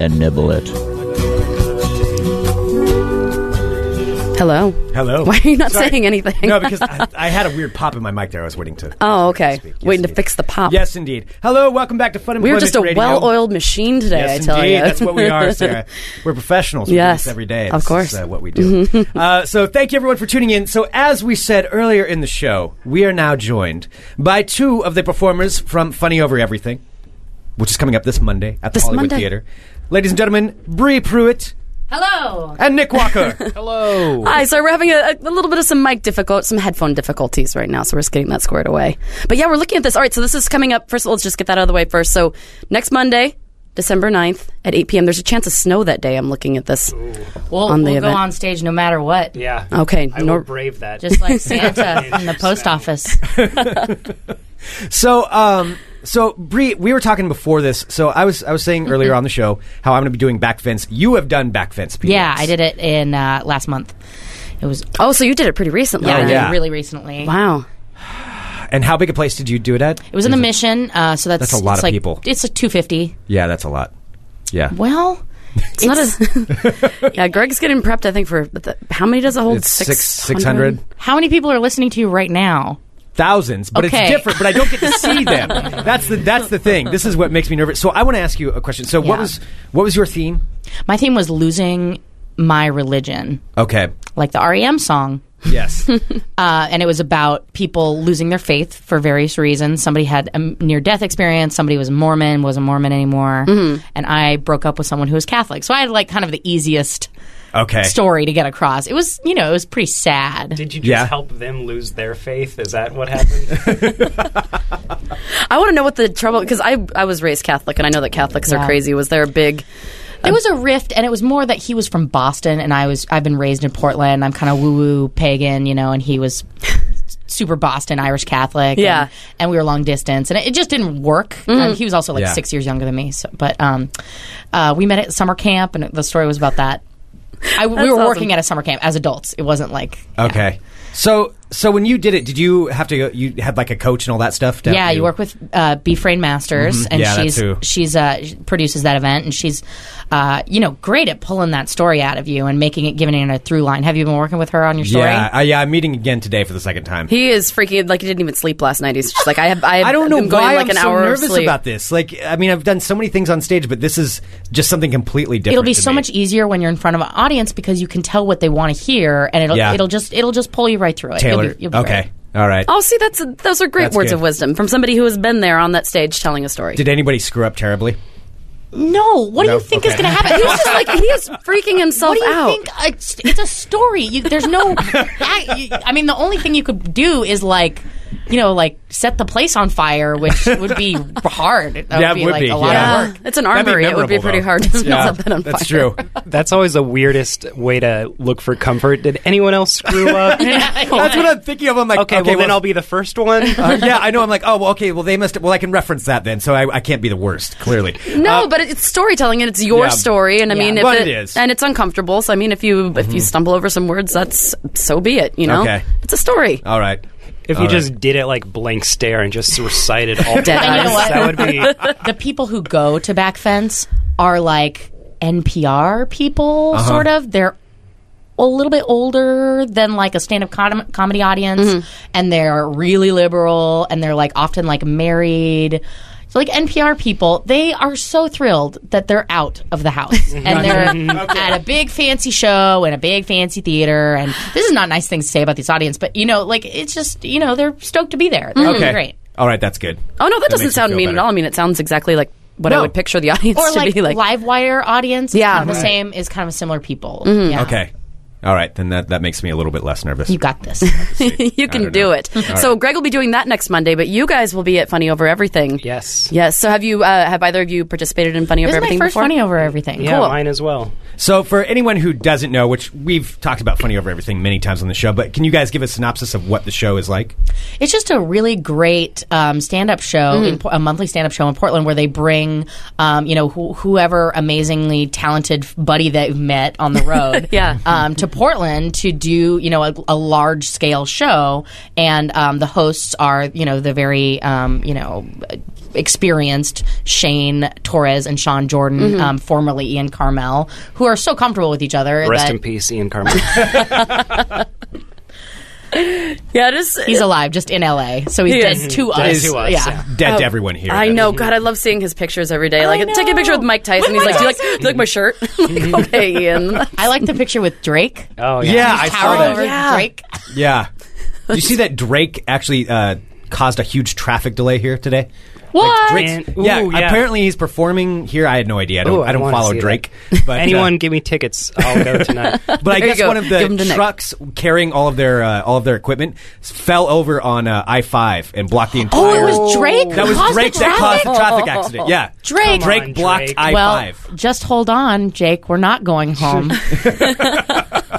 Speaker 10: and nibble it.
Speaker 7: Hello.
Speaker 6: Hello.
Speaker 7: Why are you not saying anything?
Speaker 6: No, because I, I had a weird pop in my mic there. I was waiting to.
Speaker 7: Oh, okay.
Speaker 6: speak. Yes,
Speaker 7: Waiting to
Speaker 6: indeed.
Speaker 7: fix the pop.
Speaker 6: Yes, indeed. Hello, welcome back to Fun
Speaker 7: We
Speaker 6: Employment
Speaker 7: were just a
Speaker 6: Radio.
Speaker 7: well oiled machine today,
Speaker 6: Yes,
Speaker 7: I tell
Speaker 6: indeed.
Speaker 7: you.
Speaker 6: That's what we are, Sarah. We're professionals. We
Speaker 7: Yes,
Speaker 6: do this every day.
Speaker 7: of
Speaker 6: This
Speaker 7: course. Mm-hmm.
Speaker 6: is, uh, what we do. uh, so, thank you everyone for tuning in. So, as we said earlier in the show, we are now joined by two of the performers from Funny Over Everything, which is coming up this Monday at
Speaker 7: This
Speaker 6: the Hollywood
Speaker 7: Monday.
Speaker 6: Theater. Ladies and gentlemen, Bree Pruitt
Speaker 7: Hello.
Speaker 6: and Nick Walker. Hello.
Speaker 7: Hi, so we're having a, a little bit of some mic difficult, some headphone difficulties right now, so we're just getting that squared away. But yeah, we're looking at this. All right, so this is coming up. First of all, let's just get that out of the way first. So next Monday, December 9th at 8 p.m., there's a chance of snow that day. I'm looking at this.
Speaker 12: We'll,
Speaker 7: on the
Speaker 12: we'll
Speaker 7: event.
Speaker 12: go on stage no matter what.
Speaker 8: Yeah.
Speaker 13: Oh,
Speaker 7: Okay.
Speaker 8: I will
Speaker 7: nor-
Speaker 8: brave that.
Speaker 12: Just like Santa in the post office.
Speaker 6: So, um, so Bree, we were talking before this. So, I was I was saying
Speaker 7: Mm-hmm.
Speaker 6: earlier on the show how I'm going to be doing back fence. You have done back fence. PDX.
Speaker 12: Yeah, I did it in uh, last month. It was
Speaker 7: oh, so you did it pretty recently.
Speaker 12: yeah, I
Speaker 7: then.
Speaker 12: did it
Speaker 6: yeah.
Speaker 12: really recently.
Speaker 7: Wow.
Speaker 6: And how big a place did you do it at?
Speaker 12: It was in the mission, uh, so that's
Speaker 6: That's a lot
Speaker 12: it's
Speaker 6: of
Speaker 12: like,
Speaker 6: people.
Speaker 12: It's like two fifty.
Speaker 6: Yeah, that's a lot. Yeah.
Speaker 12: Well,
Speaker 7: It's, not as. yeah, Greg's getting prepped. I think for the, how many does it hold?
Speaker 6: It's six- 600.
Speaker 12: How many people are listening to you right now?
Speaker 6: thousands, but
Speaker 12: Okay.
Speaker 6: it's different. But I don't get to see them. That's the that's the thing. This is what makes me nervous. So I want to ask you a question. So what
Speaker 12: Yeah.
Speaker 6: was what was your theme?
Speaker 12: My theme was losing my religion,
Speaker 6: Okay.
Speaker 12: like the REM song.
Speaker 6: Yes. uh,
Speaker 12: and it was about people losing their faith for various reasons. Somebody had a near death experience. Somebody was Mormon, wasn't Mormon anymore. And I broke up with someone who was Catholic. So I had like kind of the easiest
Speaker 6: Okay.
Speaker 12: story to get across. It was, you know, it was pretty sad.
Speaker 13: Did you just
Speaker 6: Yeah.
Speaker 13: help them lose their faith? Is that what happened?
Speaker 7: I want to know what the trouble because I I was raised Catholic and I know that Catholics
Speaker 12: Yeah.
Speaker 7: are crazy. Was there a big?
Speaker 12: There was a rift, and it was more that he was from Boston, and I was I've been raised in Portland. I'm kind of woo woo pagan, you know, and he was super Boston Irish Catholic.
Speaker 7: Yeah.
Speaker 12: and, and we were long distance, and it, it just didn't work.
Speaker 7: Mhm.
Speaker 12: Um, he was also like
Speaker 7: Yeah.
Speaker 12: six years younger than me, so, but um, uh, we met at summer camp, and the story was about that. I, we
Speaker 7: That's
Speaker 12: were
Speaker 7: awesome.
Speaker 12: working at a summer camp as adults. It wasn't like
Speaker 6: Okay. So so when you did it, did you have to go? You had like a coach and all that stuff. to help
Speaker 12: yeah, you work with uh, Befrain Masters,
Speaker 6: Mhm.
Speaker 12: and
Speaker 6: Yeah, that
Speaker 12: she's
Speaker 6: too.
Speaker 12: she's uh, she produces that event, and she's uh, you know great at pulling that story out of you and making it giving it a through line. Have you been working with her on your story?
Speaker 6: Yeah, I, yeah. I'm meeting again today for the second time.
Speaker 7: He is freaking like he didn't even sleep last night. He's just like I have I, have,
Speaker 6: I don't know
Speaker 7: am going
Speaker 6: why
Speaker 7: like
Speaker 6: I'm
Speaker 7: an
Speaker 6: so
Speaker 7: hour of
Speaker 6: nervous
Speaker 7: sleep.
Speaker 6: about this. Like, I mean, I've done so many things on stage, but this is just something completely different.
Speaker 12: It'll be
Speaker 6: to
Speaker 12: so
Speaker 6: me.
Speaker 12: much e- easier when you're in front of an audience because you can tell what they want to hear, and it'll
Speaker 6: Yeah.
Speaker 12: it'll just it'll just pull you right through it. You'll
Speaker 6: Taylor.
Speaker 12: be- you'll be
Speaker 6: okay.
Speaker 12: great.
Speaker 6: All right.
Speaker 7: Oh, see, that's those are great
Speaker 6: That's
Speaker 7: words
Speaker 6: good.
Speaker 7: of wisdom from somebody who has been there on that stage telling a story.
Speaker 6: Did anybody screw up terribly?
Speaker 12: No. What
Speaker 6: No?
Speaker 12: do you think is
Speaker 6: Okay.
Speaker 12: going to happen?
Speaker 7: He was just like he is freaking himself
Speaker 12: What do you
Speaker 7: out.
Speaker 12: think? Uh, It's, it's a story. You, there's no. I, you- I mean, the only thing you could do is like, you know, like set the place on fire, which would be hard. That
Speaker 13: Yeah, it
Speaker 12: would be
Speaker 13: would
Speaker 12: like
Speaker 13: be,
Speaker 12: a lot
Speaker 13: yeah.
Speaker 12: of work.
Speaker 7: It's an armory. It would be pretty hard to set that on fire.
Speaker 13: That's always the weirdest way to look for comfort. Did anyone else screw up?
Speaker 6: That's what I'm thinking of. I'm like,
Speaker 13: okay, well, then I'll be the first one.
Speaker 6: Uh, yeah, I know. I'm like, oh, well, okay, well, they must. Well, I can reference that then, so I, I can't be the worst. Clearly,
Speaker 7: No, but it's storytelling, and it's your
Speaker 6: Yeah.
Speaker 7: story, and I
Speaker 6: Yeah.
Speaker 7: mean, if
Speaker 6: But it is.
Speaker 7: and it's uncomfortable. So I mean, if you if you
Speaker 6: Mhm.
Speaker 7: stumble over some words, that's so be it. You know,
Speaker 13: Okay.
Speaker 7: it's a story.
Speaker 6: All right.
Speaker 13: If
Speaker 6: All
Speaker 13: you
Speaker 6: right.
Speaker 13: just did it like blank stare and just recited all
Speaker 7: Dead
Speaker 13: the
Speaker 7: eyes.
Speaker 12: You know what?
Speaker 13: that would be
Speaker 12: the people who go to back fence are like NPR people,
Speaker 13: Uh-huh.
Speaker 12: sort of. They're a little bit older than like a stand-up com- comedy audience, and they're really liberal, and they're like often like married. So like NPR people, they are so thrilled that they're out of the house and they're at a big fancy show and a big fancy theater. And this is not nice things to say about this audience, but you know, like it's just you know they're stoked to be there. They're
Speaker 6: okay,
Speaker 12: great.
Speaker 6: All right, that's good.
Speaker 7: Mm, Oh no, that,
Speaker 6: That makes
Speaker 7: doesn't
Speaker 6: me
Speaker 7: sound
Speaker 6: feel
Speaker 7: mean
Speaker 6: better.
Speaker 7: at all. I mean, it sounds exactly like what I
Speaker 12: No.
Speaker 7: would picture the audience
Speaker 12: or
Speaker 7: to
Speaker 12: like,
Speaker 7: be like.
Speaker 12: live wire audience.
Speaker 7: Yeah.
Speaker 12: Yeah, kind of the
Speaker 7: Right.
Speaker 12: same is kind of similar people.
Speaker 7: Mhm.
Speaker 12: Yeah.
Speaker 6: Okay, all right, then that that makes me a little bit less nervous.
Speaker 12: You got this.
Speaker 7: you can
Speaker 6: don't
Speaker 7: do
Speaker 6: know.
Speaker 7: it.
Speaker 6: All
Speaker 7: So
Speaker 6: right.
Speaker 7: Greg will be doing that next Monday, but you guys will be at Funny Over Everything.
Speaker 13: Yes.
Speaker 7: Yes. So have you? Uh, have either of you participated in Funny
Speaker 12: This
Speaker 7: Over
Speaker 12: is my
Speaker 7: Everything
Speaker 12: first
Speaker 7: before?
Speaker 12: Funny Over Everything.
Speaker 13: yeah, mine as well.
Speaker 6: So, for anyone who doesn't know, which we've talked about funny over everything many times on the show, but can you guys give a synopsis of what the show is like?
Speaker 12: It's just a really great um, stand-up show,
Speaker 7: Mm.
Speaker 12: in Po- a monthly stand-up show in Portland, where they bring, um, you know, wh- whoever amazingly talented buddy they've met on the road,
Speaker 7: Yeah.
Speaker 12: um, to Portland to do, you know, a, a large-scale show, and um, the hosts are, you know, the very, um, you know. Experienced Shane Torres and Sean Jordan,
Speaker 7: Mm-hmm.
Speaker 13: Mhm.
Speaker 12: um, formerly Ian Carmel, who are so comfortable with each other.
Speaker 13: Rest
Speaker 12: that
Speaker 13: in peace, Ian Carmel.
Speaker 7: Yeah, it is.
Speaker 12: He's alive, just in LA, so he's
Speaker 7: He
Speaker 12: dead
Speaker 7: is.
Speaker 12: to
Speaker 7: Dead
Speaker 12: us.
Speaker 7: to us,
Speaker 12: Yeah.
Speaker 6: Dead to
Speaker 7: Oh,
Speaker 6: everyone here.
Speaker 7: I know. God, I love seeing his pictures every day. Like, take a picture with Mike Tyson. He's like, do you like, do you like my shirt? I'm like, okay, Ian.
Speaker 12: I like the picture with Drake.
Speaker 13: Oh
Speaker 6: yeah. Yeah, I saw
Speaker 12: towered
Speaker 6: that.
Speaker 12: over
Speaker 7: Yeah.
Speaker 12: Drake.
Speaker 6: Yeah. Did you see that Drake actually uh, caused a huge traffic delay here today?
Speaker 12: What?
Speaker 6: Drake's-
Speaker 13: And- ooh,
Speaker 6: yeah,
Speaker 13: yeah.
Speaker 6: apparently he's performing here. I had no idea. I don't,
Speaker 13: Ooh,
Speaker 6: I don't
Speaker 13: wanna
Speaker 6: follow
Speaker 13: see
Speaker 6: Drake.
Speaker 13: that.
Speaker 6: But, uh,
Speaker 13: Anyone give me tickets? I'll go tonight.
Speaker 6: But I
Speaker 13: There you
Speaker 6: guess
Speaker 13: go.
Speaker 6: one of
Speaker 13: Give 'em to
Speaker 6: the
Speaker 13: Nick.
Speaker 6: trucks carrying all of their uh, all of their equipment s- fell over on uh, I five and blocked the entire.
Speaker 12: Oh, it was Drake.
Speaker 6: That was
Speaker 12: caused
Speaker 6: Drake
Speaker 12: the
Speaker 6: that caused the
Speaker 12: traffic?
Speaker 6: traffic accident. Yeah,
Speaker 12: Drake.
Speaker 6: Drake blocked I
Speaker 12: well,
Speaker 6: five.
Speaker 12: just hold on, Jake. We're not going home.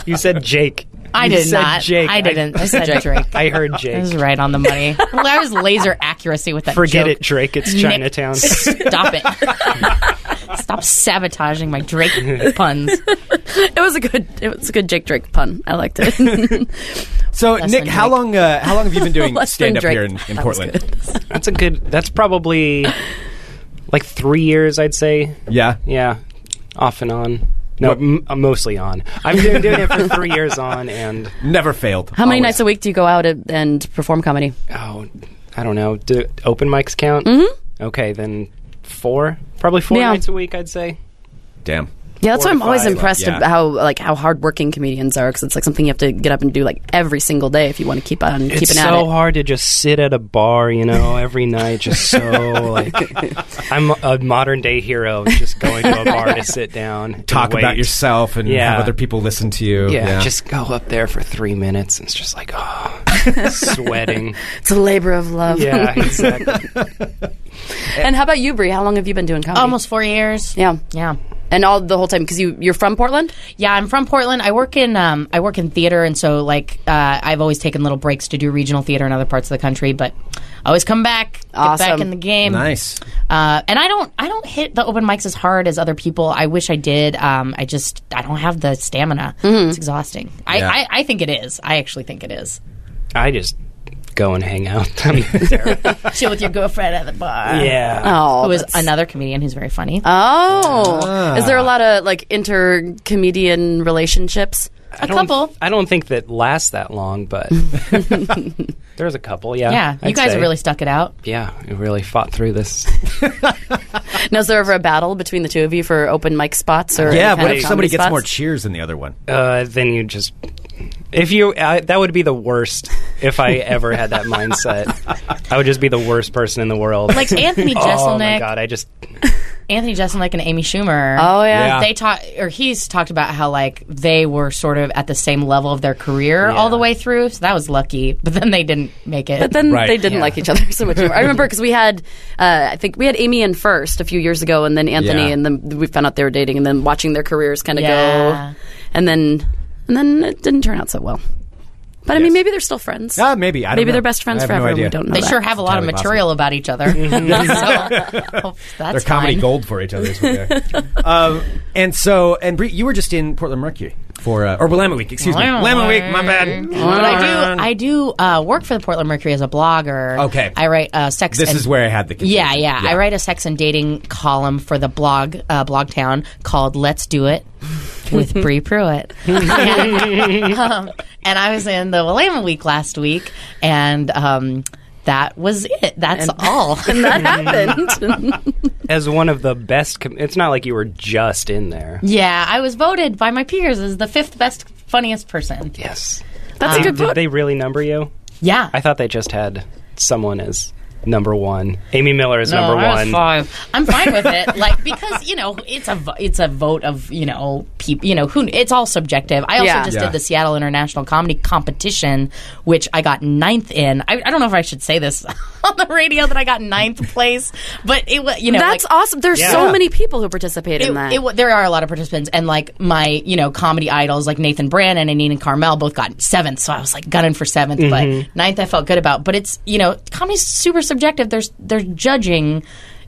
Speaker 13: You said Jake.
Speaker 12: I
Speaker 13: You
Speaker 12: did
Speaker 13: said
Speaker 12: not.
Speaker 13: Jake.
Speaker 12: I didn't. I said Drake.
Speaker 13: I heard
Speaker 12: I was
Speaker 13: Jake.
Speaker 12: right on the money. Well, I was laser accuracy with that.
Speaker 13: Forget
Speaker 12: joke.
Speaker 13: it, Drake. It's
Speaker 12: Nick,
Speaker 13: Chinatown.
Speaker 12: Stop it. Stop sabotaging my Drake puns.
Speaker 7: it was a good. It was a good Jake Drake pun. I liked it.
Speaker 6: So
Speaker 7: Less
Speaker 6: Nick,
Speaker 7: than
Speaker 6: how
Speaker 7: Drake.
Speaker 6: long uh, how long have you been doing
Speaker 7: Less than
Speaker 6: stand up
Speaker 7: Drake.
Speaker 6: here in, in
Speaker 7: That was
Speaker 6: Portland?
Speaker 13: That's a good. That's probably like three years, I'd say.
Speaker 6: Yeah,
Speaker 13: yeah. off and on. No, m- uh, mostly on. I've been doing it for three years on, and
Speaker 6: never failed.
Speaker 7: How many nights a week do you go out and- and perform comedy?
Speaker 13: Oh, I don't know. Do open mics count?
Speaker 7: Mhm.
Speaker 13: Okay, then four, probably four
Speaker 7: Yeah.
Speaker 13: nights a week, I'd say.
Speaker 6: Damn.
Speaker 7: Yeah, that's
Speaker 13: Four
Speaker 7: why I'm
Speaker 13: to
Speaker 7: always
Speaker 13: five.
Speaker 7: impressed
Speaker 13: Yeah.
Speaker 7: about how Oh, like how hardworking comedians are because it's like something you have to get up and do like every single day if you want to keep on keeping
Speaker 13: it's
Speaker 7: at it.
Speaker 13: so hard to just sit at a bar, you know, every night. Just so like, I'm a modern day hero, just going to a bar to sit down, and
Speaker 6: Talk about
Speaker 13: wait.
Speaker 6: yourself and
Speaker 13: Yeah.
Speaker 6: have other people listen to you.
Speaker 13: Yeah, just go up there for three minutes, and it's just like, oh, sweating.
Speaker 7: It's a labor of love.
Speaker 13: Yeah, exactly.
Speaker 7: and how about you, Brie? How long have you been doing comedy?
Speaker 12: Almost four years.
Speaker 7: Yeah,
Speaker 12: yeah.
Speaker 7: And all the whole time because you you're from Portland.
Speaker 12: Yeah, I'm from Portland. I work in um, I work in theater, and so like uh, I've always taken little breaks to do regional theater in other parts of the country, but I always come back,
Speaker 7: Awesome.
Speaker 12: get back in the game.
Speaker 6: Nice.
Speaker 12: Uh, and I don't I don't hit the open mics as hard as other people. I wish I did. Um, I just I don't have the stamina.
Speaker 7: Mm-hmm.
Speaker 12: It's exhausting. I,
Speaker 13: Yeah.
Speaker 12: I I think it is. I actually think it is.
Speaker 13: I just go and hang out. I mean,
Speaker 12: Chill with your girlfriend at the bar.
Speaker 13: Yeah.
Speaker 7: Oh,
Speaker 12: who is
Speaker 7: that's-
Speaker 12: another comedian who's very funny.
Speaker 7: Oh,
Speaker 13: Ah.
Speaker 7: is there a lot of like inter comedian relationships?
Speaker 13: I don't- I don't think that lasts that long, but there's a couple. Yeah.
Speaker 12: Yeah, you
Speaker 13: I'd
Speaker 12: guys
Speaker 13: say.
Speaker 12: really stuck it out.
Speaker 13: Yeah, we really fought through this.
Speaker 7: Now, is there ever a battle between the two of you for open mic spots or any
Speaker 6: yeah,
Speaker 7: kind
Speaker 6: what
Speaker 7: of
Speaker 6: if somebody
Speaker 7: comedy
Speaker 6: gets
Speaker 7: spots?
Speaker 6: more cheers than the other one?
Speaker 13: Uh, then you just. If you, I, that would be the worst. If I ever had that mindset, I would just be the worst person in the world.
Speaker 12: Like Anthony
Speaker 13: Oh my
Speaker 12: Jeselnik.
Speaker 13: god! I just
Speaker 12: Anthony Jeselnik and Amy Schumer.
Speaker 7: Oh, yeah. Yeah.
Speaker 12: they talk or he's talked about how like they were sort of at the same level of their career all the way through. So that was lucky, but then they didn't make it.
Speaker 7: But then they didn't like each other so much anymore. I remember because we had, uh, I think we had Amy in first a few years ago, and then Anthony,
Speaker 12: Yeah.
Speaker 7: and then we found out they were dating, and then watching their careers kind of
Speaker 12: Yeah.
Speaker 7: go, and then and then it didn't turn out so well. But I mean, maybe they're still friends.
Speaker 6: Ah, maybe. I don't
Speaker 7: maybe
Speaker 6: know.
Speaker 7: they're best
Speaker 6: I
Speaker 7: friends
Speaker 6: have no
Speaker 7: forever. and
Speaker 6: idea.
Speaker 7: We don't know.
Speaker 12: They
Speaker 7: that.
Speaker 12: sure have a lot of
Speaker 6: Entirely
Speaker 12: material about each other. So, hope that's
Speaker 6: They're comedy
Speaker 12: fine.
Speaker 6: gold for each other. is what they are. um, and so, and Brie, you were just in Portland Mercury for uh, or Willamette Week. Excuse me, Willamette Week. My bad.
Speaker 12: But I do. I do uh, work for the Portland Mercury as a blogger.
Speaker 6: Okay.
Speaker 12: I write uh, sex.
Speaker 6: This
Speaker 12: and-
Speaker 6: is where I had the confusion.
Speaker 12: Yeah, yeah, I write a sex and dating column for the blog uh, Blogtown called "Let's Do It" with Bree Pruitt. and, um, and I was in the Willamette Week last week, and um, that was it. That's all.
Speaker 7: and that happened.
Speaker 13: as one of the best. Com- it's not like you were just in there.
Speaker 12: yeah, I was voted by my peers as the fifth best, funniest person.
Speaker 13: Yes,
Speaker 12: That's a
Speaker 13: Did-
Speaker 12: good vote.
Speaker 13: Did they really number you?
Speaker 12: Yeah,
Speaker 13: I thought they just had someone as number one. Amy Miller is
Speaker 12: No,
Speaker 13: number
Speaker 12: I was
Speaker 13: one.
Speaker 12: five. I'm fine with it, like because you know it's a vo- it's a vote of you know people you know who it's all subjective. I also
Speaker 7: Yeah.
Speaker 12: just
Speaker 7: Yeah.
Speaker 12: did the Seattle International Comedy Competition, which I got ninth in. I, I don't know if I should say this on the radio that I got ninth place, but it was you know
Speaker 7: That's
Speaker 12: like-
Speaker 7: awesome. There's so
Speaker 12: Yeah.
Speaker 7: many people who participate in
Speaker 12: it-
Speaker 7: that.
Speaker 12: it wa- there are a lot of participants, and like my, you know, comedy idols like Nathan Brannon and Nina Carmel both got seventh, so I was like gunning for 7th
Speaker 7: Mhm.
Speaker 12: but ninth I felt good about. But it's you know, comedy's super subjective. There's there's judging,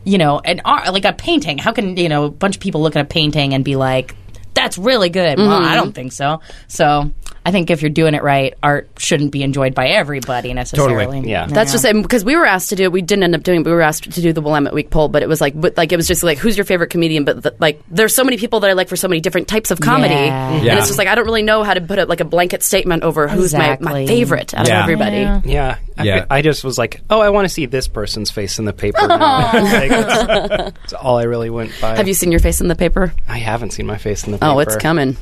Speaker 12: you know, an art like a painting. How can you know a bunch of people look at a painting and be like, that's really good? Well,
Speaker 7: Mhm.
Speaker 12: I don't think so. So I think if you're doing it right, art shouldn't be enjoyed by everybody necessarily.
Speaker 7: That's just because we were asked to do it. We didn't end up doing it, but we were asked to do the Willamette Week poll. But it was like, but like it was just like, who's your favorite comedian? But the, like, there's so many people that I like for so many different types of comedy,
Speaker 12: Yeah.
Speaker 7: and
Speaker 13: Yeah.
Speaker 7: it's just like I don't really know how to put it like a blanket statement over who's my,
Speaker 13: Exactly.
Speaker 7: my favorite out
Speaker 13: Yeah.
Speaker 7: of everybody.
Speaker 13: Yeah. I,
Speaker 6: Yeah.
Speaker 13: I just was like, oh, I want to see this person's face in the paper. now. Like, that's, that's all I really went by.
Speaker 7: Have you seen your face in the paper?
Speaker 13: I haven't seen my face in the paper.
Speaker 7: Oh, it's coming.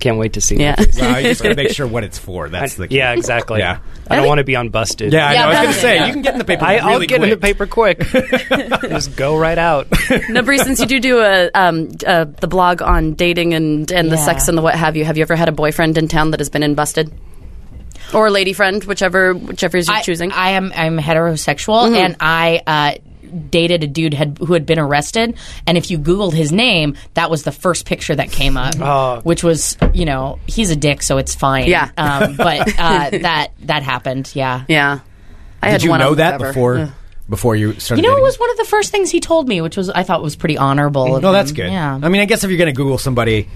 Speaker 13: Can't wait to see.
Speaker 7: Yeah.
Speaker 13: my face.
Speaker 7: No, you just gotta
Speaker 6: make sure what it's for. That's the key.
Speaker 13: yeah, exactly.
Speaker 6: Yeah.
Speaker 13: I don't want to be unbusted.
Speaker 6: Yeah, I know. I was Yeah, gonna say, yeah. you can get in the paper
Speaker 13: I, will
Speaker 6: really
Speaker 13: get in the paper quick. just go right out.
Speaker 7: now, Bree, since you do do a um, uh, the blog on dating and and the
Speaker 12: Yeah.
Speaker 7: sex and the what have you, have you ever had a boyfriend in town that has been in busted, or a lady friend, whichever whichever is you're
Speaker 12: I-
Speaker 7: choosing?
Speaker 12: I am I'm heterosexual,
Speaker 7: Mhm.
Speaker 12: and I uh, dated a dude had, who had been arrested. And if you Googled his name, that was the first picture that came up,
Speaker 7: Oh.
Speaker 12: which was you know he's a dick, so it's fine.
Speaker 7: Yeah.
Speaker 12: um, but uh, that that happened. Yeah,
Speaker 7: yeah. I
Speaker 6: Did
Speaker 7: had
Speaker 6: you
Speaker 7: one
Speaker 6: know
Speaker 7: on
Speaker 6: that
Speaker 7: forever.
Speaker 6: before
Speaker 7: Yeah.
Speaker 6: before you started?
Speaker 12: You know, it
Speaker 6: dating?
Speaker 12: was one of the first things he told me, which was I thought was pretty honorable. of
Speaker 6: No,
Speaker 12: him.
Speaker 6: that's good.
Speaker 12: Yeah.
Speaker 6: I mean, I guess if you're going to Google somebody,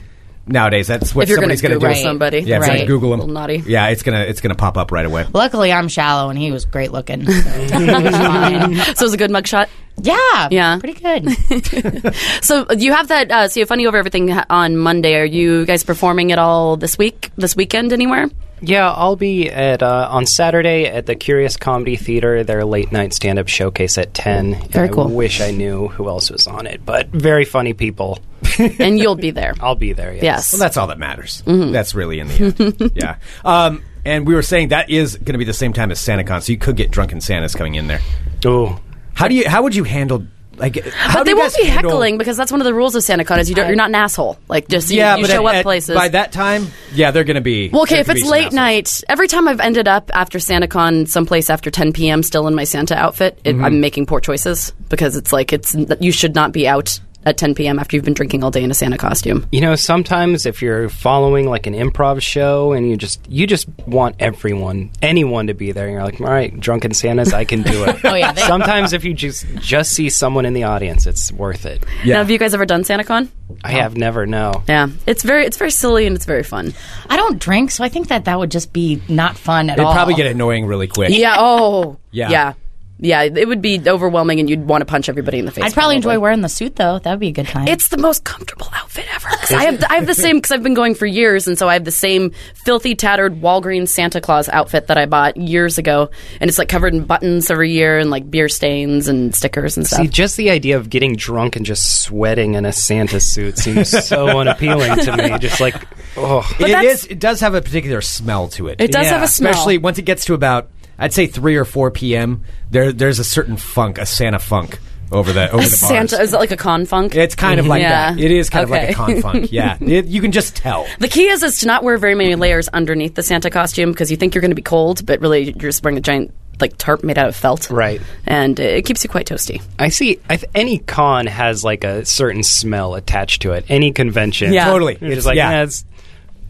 Speaker 6: nowadays. That's what
Speaker 7: If you're gonna
Speaker 6: somebody's going to do.
Speaker 7: Google somebody.
Speaker 6: yeah, it's gonna
Speaker 7: Right.
Speaker 6: Google them.
Speaker 7: Little naughty.
Speaker 6: Yeah, it's gonna it's gonna pop up right away.
Speaker 12: Luckily, I'm shallow, and he was great looking. So, it was fine.
Speaker 7: so it was a good mugshot.
Speaker 12: Yeah,
Speaker 7: yeah,
Speaker 12: pretty good.
Speaker 7: so you have that. Uh, so you have funny over everything ha- on Monday. Are you guys performing at all this week? This weekend anywhere?
Speaker 13: Yeah, I'll be at uh, on Saturday at the Curious Comedy Theater. Their late night stand up showcase at ten. And
Speaker 7: Very cool.
Speaker 13: I wish I knew who else was on it, but very funny people.
Speaker 7: and you'll be there.
Speaker 13: I'll be there. Yes.
Speaker 7: Yes.
Speaker 6: Well, that's all that matters.
Speaker 7: Mm-hmm.
Speaker 6: That's really in the end. yeah. Um, and we were saying that is going to be the same time as SantaCon, so you could get drunken Santas coming in there.
Speaker 13: Oh,
Speaker 6: how do you? How would you handle? Like, how
Speaker 7: But
Speaker 6: do
Speaker 7: they
Speaker 6: you
Speaker 7: won't
Speaker 6: guys
Speaker 7: be
Speaker 6: handle-
Speaker 7: heckling because that's one of the rules of SantaCon is you don't, you're not an asshole. Like just you,
Speaker 6: yeah,
Speaker 7: you
Speaker 6: but
Speaker 7: show
Speaker 6: at-
Speaker 7: up
Speaker 6: at-
Speaker 7: places.
Speaker 6: by that time. Yeah, they're going to be.
Speaker 7: well, okay,
Speaker 6: there
Speaker 7: if
Speaker 6: could be
Speaker 7: it's
Speaker 6: some
Speaker 7: late
Speaker 6: assholes.
Speaker 7: night, every time I've ended up after SantaCon someplace after 10 p.m. still in my Santa outfit, it,
Speaker 6: Mhm.
Speaker 7: I'm making poor choices because it's like it's you should not be out at 10 p.m. after you've been drinking all day in a Santa costume.
Speaker 13: You know, sometimes if you're following like an improv show and you just you just want everyone, anyone to be there, and you're like, all right, drunken Santas, I can do it.
Speaker 7: Oh, yeah, they-
Speaker 13: sometimes if you just just see someone in the audience, it's worth it.
Speaker 7: Now, have you guys ever done SantaCon?
Speaker 13: I have never no.
Speaker 7: Yeah, it's very it's very silly and it's very fun.
Speaker 12: I don't drink, so I think that that would just be not fun at
Speaker 6: They'd
Speaker 12: all.
Speaker 6: probably get annoying really quick.
Speaker 7: Yeah. Oh.
Speaker 6: Yeah.
Speaker 7: Yeah. Yeah. It would be overwhelming, and you'd want to punch everybody in the face.
Speaker 12: I'd probably enjoy wearing the suit though. That would be a good time.
Speaker 7: It's the most comfortable outfit ever. I have the, I have the same because I've been going for years, and so I have the same filthy, tattered Walgreens Santa Claus outfit that I bought years ago, and it's like covered in buttons every year and like beer stains and stickers and stuff.
Speaker 13: See, just the idea of getting drunk and just sweating in a Santa suit seems so unappealing to me. Just like, oh,
Speaker 6: it is. It does have a particular smell to it.
Speaker 13: It does Yeah. have a smell.
Speaker 6: especially once it gets to about I'd say three or four p.m. There, there's a certain funk, a Santa funk over the over
Speaker 7: A
Speaker 6: the bars.
Speaker 7: Santa is that like a con funk?
Speaker 6: It's kind of like
Speaker 7: Yeah.
Speaker 6: that. It is kind
Speaker 7: Okay.
Speaker 6: of like a con funk. Yeah, It- you can just tell.
Speaker 7: The key is is to not wear very many layers underneath the Santa costume because you think you're going to be cold, but really you're just wearing a giant like tarp made out of felt.
Speaker 13: Right.
Speaker 7: And it keeps you quite toasty.
Speaker 13: I see. I th- any con has like a certain smell attached to it. Any convention,
Speaker 6: Yeah. Totally.
Speaker 13: It's
Speaker 6: It's-
Speaker 13: like,
Speaker 6: yeah.
Speaker 13: yeah, it's,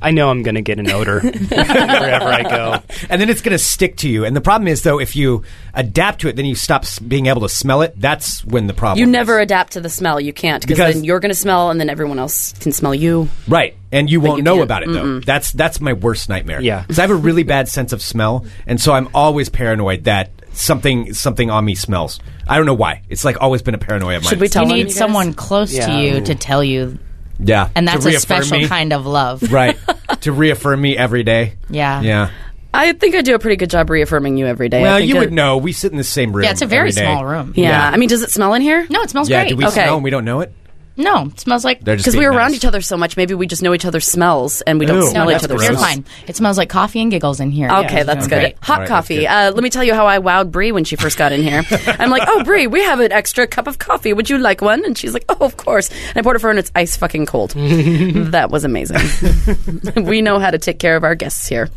Speaker 13: I know I'm going to get an odor.
Speaker 6: wherever
Speaker 13: I go.
Speaker 6: And then it's going to stick to you. And the problem is, though, if you adapt to it, then you stop s- being able to smell it. That's when the problem.
Speaker 7: You never adapt to the smell. You can't because
Speaker 6: Because-
Speaker 7: then you're going to smell, and then everyone else can smell you.
Speaker 6: Right, and you won't know
Speaker 7: can't.
Speaker 6: about it though.
Speaker 7: Mm-mm.
Speaker 6: That's that's my worst nightmare.
Speaker 13: Yeah.
Speaker 6: because I have a really bad sense of smell, and so I'm always paranoid that something something on me smells. I don't know why. It's like always been a paranoia of mine.
Speaker 12: You need someone close to
Speaker 13: Yeah.
Speaker 12: you to tell you,
Speaker 6: Yeah,
Speaker 12: and
Speaker 6: To
Speaker 12: that's a
Speaker 6: reaffirm
Speaker 12: special
Speaker 6: me.
Speaker 12: kind of love.
Speaker 6: right to reaffirm me every day.
Speaker 12: Yeah.
Speaker 6: yeah.
Speaker 7: I think I do a pretty good job reaffirming you every day. I
Speaker 6: well,
Speaker 7: think
Speaker 6: you
Speaker 7: it-
Speaker 6: would know. We sit in the same room.
Speaker 12: Yeah, it's a very
Speaker 6: every day.
Speaker 12: small room.
Speaker 7: Yeah. I mean, does it smell in here?
Speaker 12: No, it smells
Speaker 6: yeah.
Speaker 12: great.
Speaker 6: Do we smell and we don't know it?
Speaker 12: No, it smells like
Speaker 6: They're just
Speaker 7: Because we
Speaker 6: being
Speaker 7: were around
Speaker 6: nice.
Speaker 7: each other so much, maybe we just know each other's smells and we don't
Speaker 6: Ew.
Speaker 7: smell
Speaker 6: No,
Speaker 7: each
Speaker 6: that's
Speaker 7: other's.
Speaker 12: You're
Speaker 6: gross.
Speaker 12: fine. It smells like coffee and giggles in here.
Speaker 7: Okay,
Speaker 12: Yeah,
Speaker 7: that's
Speaker 12: it's
Speaker 7: good.
Speaker 12: great.
Speaker 7: Hot
Speaker 6: All right, that's
Speaker 7: coffee.
Speaker 6: good.
Speaker 7: Uh, let me tell you how I wowed Bree when she first got in here. I'm like, "Oh, Bree, we have an extra cup of coffee. Would you like one?" And she's like, "Oh, of course." And I poured it for her, and it's ice fucking cold. that was amazing. we know how to take care of our guests here.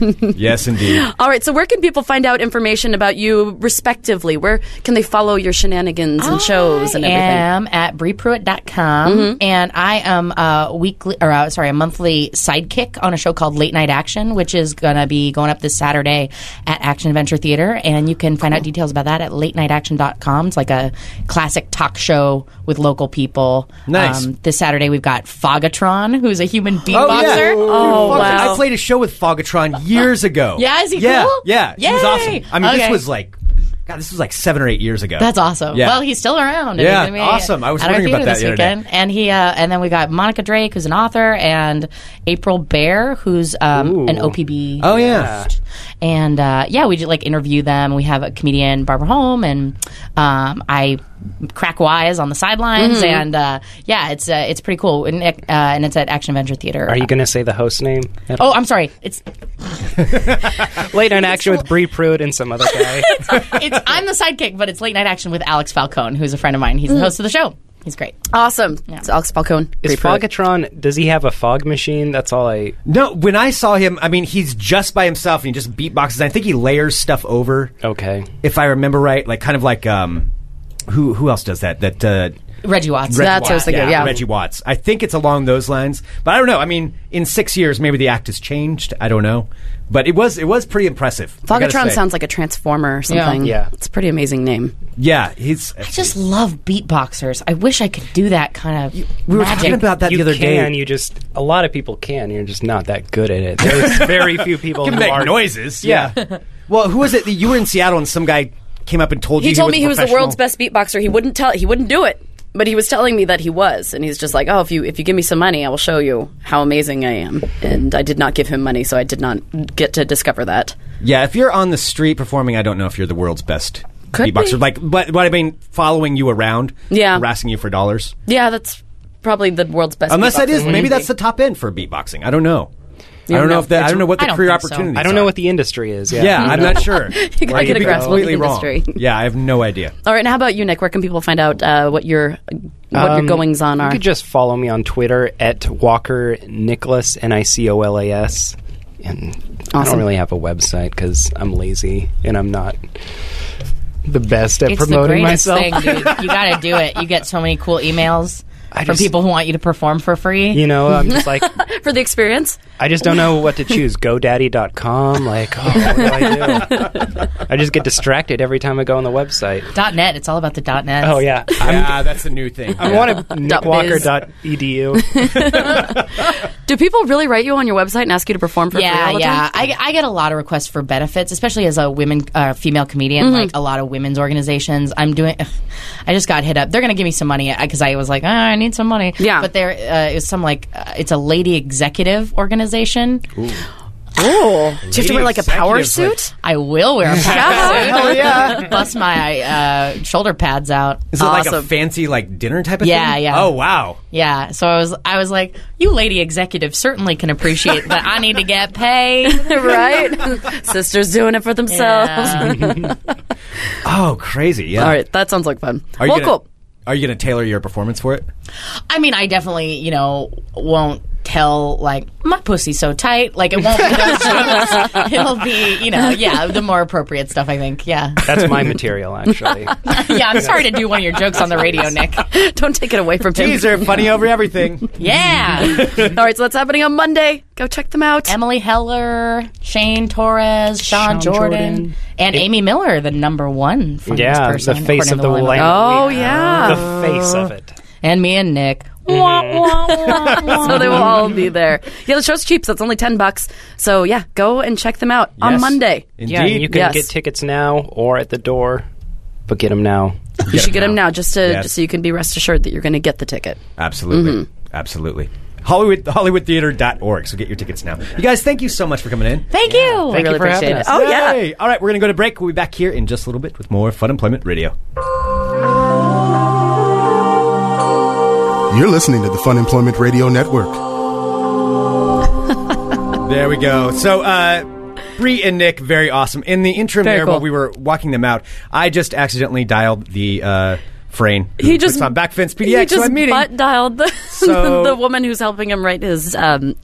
Speaker 6: yes, indeed.
Speaker 7: All right, so where can people find out information about you, respectively? Where can they follow your shenanigans and shows and
Speaker 12: I
Speaker 7: everything? Mm-hmm.
Speaker 12: am at breepruitt.com and I am a weekly or uh, sorry a monthly sidekick on a show called Late Night Action which is going to be going up this Saturday at Action Adventure Theater and you can find out details about that at latenightaction.com it's like a classic talk show with local people Um,
Speaker 6: Nice.
Speaker 12: this Saturday we've got Fogatron who's a human
Speaker 6: Oh,
Speaker 12: beatboxer
Speaker 6: yeah. Dude, Fogatron- I played a show with Fogatron years ago.
Speaker 12: Yeah, is he
Speaker 6: yeah,
Speaker 12: cool?
Speaker 6: Yeah, he was
Speaker 12: Yay!
Speaker 6: awesome. I mean,
Speaker 12: Okay.
Speaker 6: this was like, God, this was like seven or eight years ago.
Speaker 12: That's awesome.
Speaker 6: Yeah.
Speaker 12: Well, he's still around. and
Speaker 6: Yeah,
Speaker 12: he's gonna be
Speaker 6: awesome. I was
Speaker 12: at our
Speaker 6: wondering about
Speaker 12: theater
Speaker 6: that
Speaker 12: this
Speaker 6: the other day.
Speaker 12: weekend. And he, uh, and then we got Monica Drake, who's an author, and April Bear, who's um, an OPB.
Speaker 6: Oh, yeah.
Speaker 12: And uh, yeah, we just like interview them. We have a comedian Barbara Holm, and um, I crack wise on the sidelines,
Speaker 7: Mhm.
Speaker 6: Mm-hmm.
Speaker 12: and uh, yeah, it's uh, it's pretty cool, and, it- uh, and it's at Action Adventure Theater.
Speaker 13: Are you going to say the host name?
Speaker 12: Oh, I'm sorry. It's
Speaker 13: late night action with Bree Pruitt and some other guy.
Speaker 12: it's I'm the sidekick, but it's late night action with Alex Falcone, who's a friend of mine. He's the
Speaker 7: Mm.
Speaker 12: host of the show. He's great.
Speaker 7: Awesome. It's Alex Falcone.
Speaker 13: Is
Speaker 7: Bree Pruitt.
Speaker 13: Fogatron? Does he have a fog machine? That's all I.
Speaker 6: No, when I saw him, I mean, he's just by himself and he just beatboxes. I think he layers stuff over.
Speaker 13: Okay.
Speaker 6: If I remember right, like kind of like um, who who else does that? That uh,
Speaker 12: Reggie Watts. That's what I was thinking. Yeah.
Speaker 6: Reggie Watts. I think it's along those lines, but I don't know. I mean, in six years, maybe the act has changed. I don't know, but it was it was pretty impressive. I gotta
Speaker 7: Fogatron
Speaker 6: say.
Speaker 7: sounds like a transformer or something.
Speaker 6: Yeah.
Speaker 7: It's a pretty amazing name.
Speaker 6: Yeah, he's.
Speaker 12: I just love beatboxers. I wish I could do that kind of.
Speaker 6: we were
Speaker 12: magic.
Speaker 6: talking about that
Speaker 13: you
Speaker 6: the other
Speaker 13: can,
Speaker 6: day.
Speaker 13: You just a lot of people can. You're just not that good at it. There's very few people
Speaker 6: can
Speaker 13: who
Speaker 6: make
Speaker 13: are-
Speaker 6: noises.
Speaker 13: Yeah.
Speaker 6: Yeah. well, who was it? that You were in Seattle, and some guy came up and told you.
Speaker 7: He told me
Speaker 6: a
Speaker 7: he was the
Speaker 6: professional?
Speaker 7: world's best beatboxer. He wouldn't tell. He wouldn't do it, but he was telling me that he was, and he's just like, "Oh, if you if you give me some money, I will show you how amazing I am." And I did not give him money, so I did not get to discover that.
Speaker 6: Yeah, if you're on the street performing, I don't know if you're the world's best
Speaker 7: Could
Speaker 6: beatboxer.
Speaker 7: be.
Speaker 6: Like, but what I mean, following you around,
Speaker 7: Yeah.
Speaker 6: harassing you for dollars.
Speaker 7: Yeah, that's probably the world's best.
Speaker 6: Unless that is,
Speaker 7: beatboxer.
Speaker 6: maybe that's the top end for beatboxing. I don't know.
Speaker 7: Yeah,
Speaker 6: I don't know
Speaker 7: no,
Speaker 6: if that. I
Speaker 7: it's-
Speaker 6: don't know what the
Speaker 7: I don't
Speaker 6: career
Speaker 7: think so.
Speaker 6: opportunities.
Speaker 13: I don't know
Speaker 6: are.
Speaker 13: what the industry is.
Speaker 6: Yeah,
Speaker 13: Yeah,
Speaker 6: I'm not
Speaker 7: You
Speaker 6: sure.
Speaker 7: gotta
Speaker 6: I
Speaker 7: get
Speaker 6: could
Speaker 7: a
Speaker 6: be
Speaker 7: grasp of the
Speaker 6: completely wrong.
Speaker 7: industry.
Speaker 6: Yeah, I have no idea.
Speaker 7: All right, and how about you, Nick? Where can people find out uh, what your what
Speaker 13: Um,
Speaker 7: your goings on
Speaker 13: You
Speaker 7: are?
Speaker 13: could just follow me on Twitter at Walker Nicholas N I C O L A S. And I
Speaker 7: Awesome.
Speaker 13: don't really have a website because I'm lazy and I'm not the best at
Speaker 12: It's the
Speaker 13: promoting
Speaker 12: greatest
Speaker 13: myself.
Speaker 12: thing, dude. You got to do it. You get so many cool emails from
Speaker 13: just-
Speaker 12: people who want you to perform for free.
Speaker 13: You know, I'm just like
Speaker 7: for the experience.
Speaker 13: I just don't know what to choose. GoDaddy.com, like oh, what do I do? I just get distracted every time I go on the website.
Speaker 12: Dot .net. It's all about the dot .net.
Speaker 13: Oh yeah,
Speaker 6: Yeah, that's a new thing.
Speaker 13: I
Speaker 6: Yeah.
Speaker 13: want to
Speaker 7: Dot biz.
Speaker 13: nickwalker.edu.
Speaker 7: Do people really write you on your website and ask you to perform for free?
Speaker 12: yeah,
Speaker 7: all the
Speaker 12: yeah.
Speaker 7: time?
Speaker 12: I, I get a lot of requests for benefits, especially as a women, uh, female comedian. Like a lot of women's organizations, I'm doing. I just got hit up. They're going to give me some money because I was like, "Ah, I need some money.
Speaker 7: Yeah.
Speaker 12: but there uh, is some like uh, it's a lady executive organization.
Speaker 7: Oh, do you have to wear like a power
Speaker 6: Executives,
Speaker 7: suit?
Speaker 12: I will wear a
Speaker 7: Yeah.
Speaker 12: power
Speaker 6: Hell
Speaker 12: suit.
Speaker 6: yeah.
Speaker 12: Bust my uh, shoulder pads out.
Speaker 6: Is it like a
Speaker 7: Awesome.
Speaker 6: fancy like dinner type of
Speaker 12: Yeah,
Speaker 6: thing?
Speaker 12: yeah.
Speaker 6: Oh wow.
Speaker 12: Yeah, so I was I was like, you lady executives certainly can appreciate that I need to get paid.
Speaker 7: right? Sisters doing it for themselves.
Speaker 12: Yeah.
Speaker 6: Oh crazy. Yeah.
Speaker 7: All right, that sounds like fun.
Speaker 6: Are you
Speaker 7: well,
Speaker 6: gonna,
Speaker 7: cool.
Speaker 6: Are you going to tailor your performance for it?
Speaker 12: I mean, I definitely, you know, won't tell like my pussy's so tight. Like it won't be those jokes. It'll be, you know, yeah, the more appropriate stuff. I think. Yeah,
Speaker 13: That's my material, actually.
Speaker 12: yeah. I'm sorry to do one of your jokes on the radio, Nick.
Speaker 7: Don't take it away from him.
Speaker 6: Teaser, funny over everything.
Speaker 12: Yeah,
Speaker 7: All right, so that's happening on Monday. Go check them out.
Speaker 12: Emily Heller, Shane Torres, Sean,
Speaker 13: Sean
Speaker 12: Jordan,
Speaker 13: Jordan.
Speaker 12: and Amy Miller, the number one. funniest
Speaker 13: Yeah,
Speaker 12: person,
Speaker 13: the face
Speaker 12: according
Speaker 13: of
Speaker 12: to
Speaker 13: the
Speaker 12: Wiley
Speaker 13: land.
Speaker 7: Oh, yeah.
Speaker 13: the face of it.
Speaker 12: and me and Nick. Wah, wah, wah, wah.
Speaker 7: so they will all be there. Yeah, the show's cheap, so it's only ten bucks. So yeah, go and check them out on
Speaker 6: Yes.
Speaker 7: Monday.
Speaker 6: Indeed.
Speaker 13: Yeah, and you can
Speaker 7: Yes.
Speaker 13: get tickets now or at the door, but get them now.
Speaker 7: You should get them now, just to
Speaker 6: Yes.
Speaker 7: just so you can be rest assured that you're going to get the ticket.
Speaker 6: Absolutely.
Speaker 7: Mm-hmm.
Speaker 6: Absolutely. Hollywood HollywoodTheater.org. So get your tickets now. You guys, thank you so much for coming in.
Speaker 12: Thank you.
Speaker 7: I really
Speaker 13: for having
Speaker 7: appreciate it.
Speaker 13: us.
Speaker 7: Oh yeah.
Speaker 6: Yay. All right, we're going to go to break. We'll be back here in just a little bit with more Fun Employment Radio.
Speaker 1: You're listening to the Fun Employment Radio Network.
Speaker 6: There we go. So, uh, Bree and Nick, very awesome. In the interim
Speaker 7: Very
Speaker 6: there,
Speaker 7: cool.
Speaker 6: while we were walking them out, I just accidentally dialed the uh, Frame.
Speaker 7: He just
Speaker 6: on back fence
Speaker 7: He
Speaker 6: PDX.
Speaker 7: just
Speaker 6: so I'm meeting.
Speaker 7: butt dialed the,
Speaker 6: So-
Speaker 7: the woman who's helping him write his um,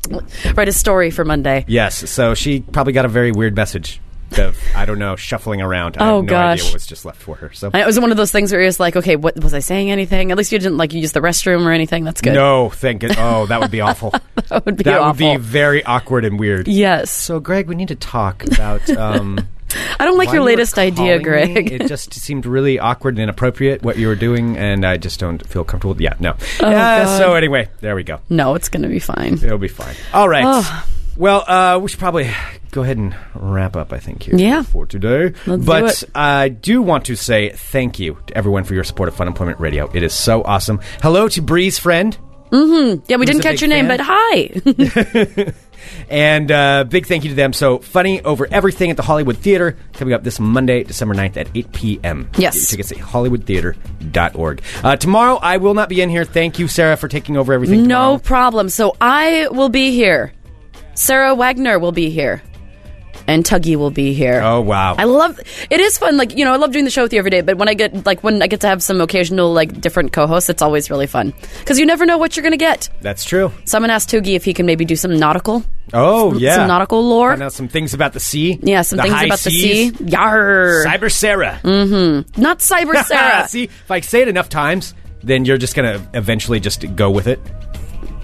Speaker 7: write his story for Monday.
Speaker 6: yes. So she probably got a very weird message of I don't know shuffling around. I
Speaker 7: Oh,
Speaker 6: have no
Speaker 7: gosh.
Speaker 6: idea what was just left for her. So
Speaker 7: And it was one of those things where you're just like, okay, what was I saying? Anything? At least you didn't like use the restroom or anything. That's good.
Speaker 6: no, thank it. Oh, that would be awful.
Speaker 7: that would be
Speaker 6: that
Speaker 7: awful.
Speaker 6: would be very awkward and weird.
Speaker 7: yes,
Speaker 6: So, Greg, we need to talk about. Um,
Speaker 7: I don't like
Speaker 6: why
Speaker 7: your
Speaker 6: you were
Speaker 7: latest idea,
Speaker 6: calling me.
Speaker 7: Greg.
Speaker 6: It just seemed really awkward and inappropriate what you were doing, and I just don't feel comfortable. Yeah, no. Yeah,
Speaker 7: Oh, God.
Speaker 6: so anyway, there we go.
Speaker 7: no, it's going to be fine.
Speaker 6: It'll be fine. All right.
Speaker 7: Oh.
Speaker 6: Well, uh, we should probably go ahead and wrap up, I think, here
Speaker 7: Yeah.
Speaker 6: for today.
Speaker 7: Let's do
Speaker 6: but
Speaker 7: it.
Speaker 6: I do want to say thank you to everyone for your support of Fun Employment Radio. It is so awesome. Hello to Bree's friend.
Speaker 7: Yeah, we didn't
Speaker 6: a big
Speaker 7: catch your name,
Speaker 6: fan?
Speaker 7: but hi.
Speaker 6: And uh, big thank you to them. So funny over everything at the Hollywood Theater coming up this Monday, December 9th at 8 p.m.
Speaker 7: Yes.
Speaker 6: Get your tickets at hollywoodtheater.org. Uh, tomorrow, I will not be in here. Thank you, Sarah, for taking over everything.
Speaker 7: No
Speaker 6: tomorrow.
Speaker 7: problem. So I will be here. Sarah Wagner will be here. And Tuggy will be here.
Speaker 6: Oh, wow.
Speaker 7: I love it is fun like you know I love doing the show with you every day but when I get like when I get to have some occasional like different co-hosts it's always really fun cuz you never know what you're going to get.
Speaker 6: That's true.
Speaker 7: So I'm going to ask Toogie if he can maybe do some nautical.
Speaker 6: Oh,
Speaker 7: some,
Speaker 6: yeah.
Speaker 7: Some nautical lore.
Speaker 6: Find out some things about the sea.
Speaker 7: Yeah, some
Speaker 6: The
Speaker 7: things
Speaker 6: high
Speaker 7: about
Speaker 6: seas.
Speaker 7: the sea. Yar.
Speaker 6: Cyber Sarah.
Speaker 7: Not cyber Sarah.
Speaker 6: See, if I say it enough times, then you're just going to eventually just go with it.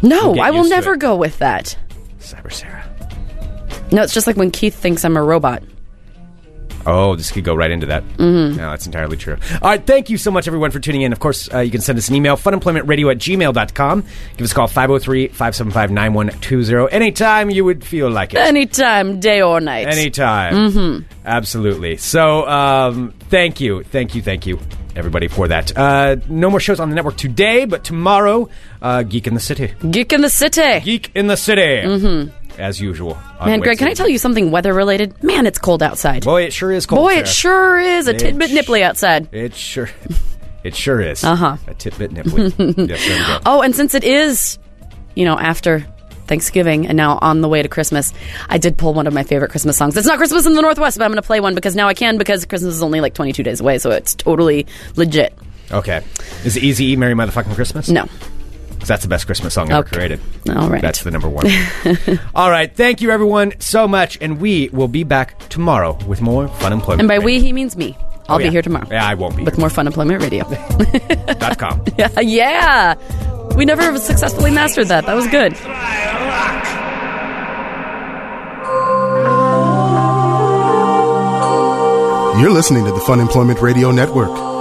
Speaker 7: No,
Speaker 6: Get
Speaker 7: I will
Speaker 6: used to
Speaker 7: never
Speaker 6: it.
Speaker 7: go with that.
Speaker 6: Cyber Sarah.
Speaker 7: No, it's just like when Keith thinks I'm a robot.
Speaker 6: Oh, this could go right into that.
Speaker 7: Mhm.
Speaker 6: No, that's entirely true. All right, thank you so much, everyone, for tuning in. Of course, uh, you can send us an email, funemploymentradio at gmail.com. Give us a call, 503 575 9120, anytime you would feel like it.
Speaker 7: Anytime, day or night.
Speaker 6: Anytime.
Speaker 7: Mhm.
Speaker 6: Absolutely. So, um, thank you. Thank you. Thank you, everybody, for that. Uh, no more shows on the network today, but tomorrow, uh, Geek in the City.
Speaker 7: Geek in the City.
Speaker 6: Geek in the City.
Speaker 7: Mhm.
Speaker 6: As usual. on
Speaker 7: Man, Greg, can I
Speaker 6: Wednesday.
Speaker 7: tell you something weather related? Man, it's cold outside.
Speaker 6: Boy, it sure is cold.
Speaker 7: Boy,
Speaker 6: Sarah.
Speaker 7: it sure is a
Speaker 6: It
Speaker 7: tidbit nipply outside.
Speaker 6: It sure, it sure is.
Speaker 7: Uh-huh.
Speaker 6: A tidbit nipply. yes, there we go.
Speaker 7: Oh, and since it is, you know, after Thanksgiving and now on the way to Christmas, I did pull one of my favorite Christmas songs. It's not Christmas in the Northwest, but I'm going to play one because now I can because Christmas is only like 22 days away, so it's totally legit.
Speaker 6: Okay. Is it Easy E Merry Motherfucking Christmas?
Speaker 7: No.
Speaker 6: 'Cause That's the best Christmas song ever
Speaker 7: Okay.
Speaker 6: created.
Speaker 7: All right.
Speaker 6: That's the number one. All right. Thank you, everyone, so much. And we will be back tomorrow with more Fun Employment.
Speaker 7: And by we,
Speaker 6: Radio.
Speaker 7: he means me. I'll
Speaker 6: Oh,
Speaker 7: be
Speaker 6: yeah.
Speaker 7: here tomorrow
Speaker 6: Yeah, I won't be.
Speaker 7: with more Fun Employment Radio.
Speaker 6: Dot com.
Speaker 7: yeah. We never successfully mastered that. That was good.
Speaker 1: You're listening to the Fun Employment Radio Network.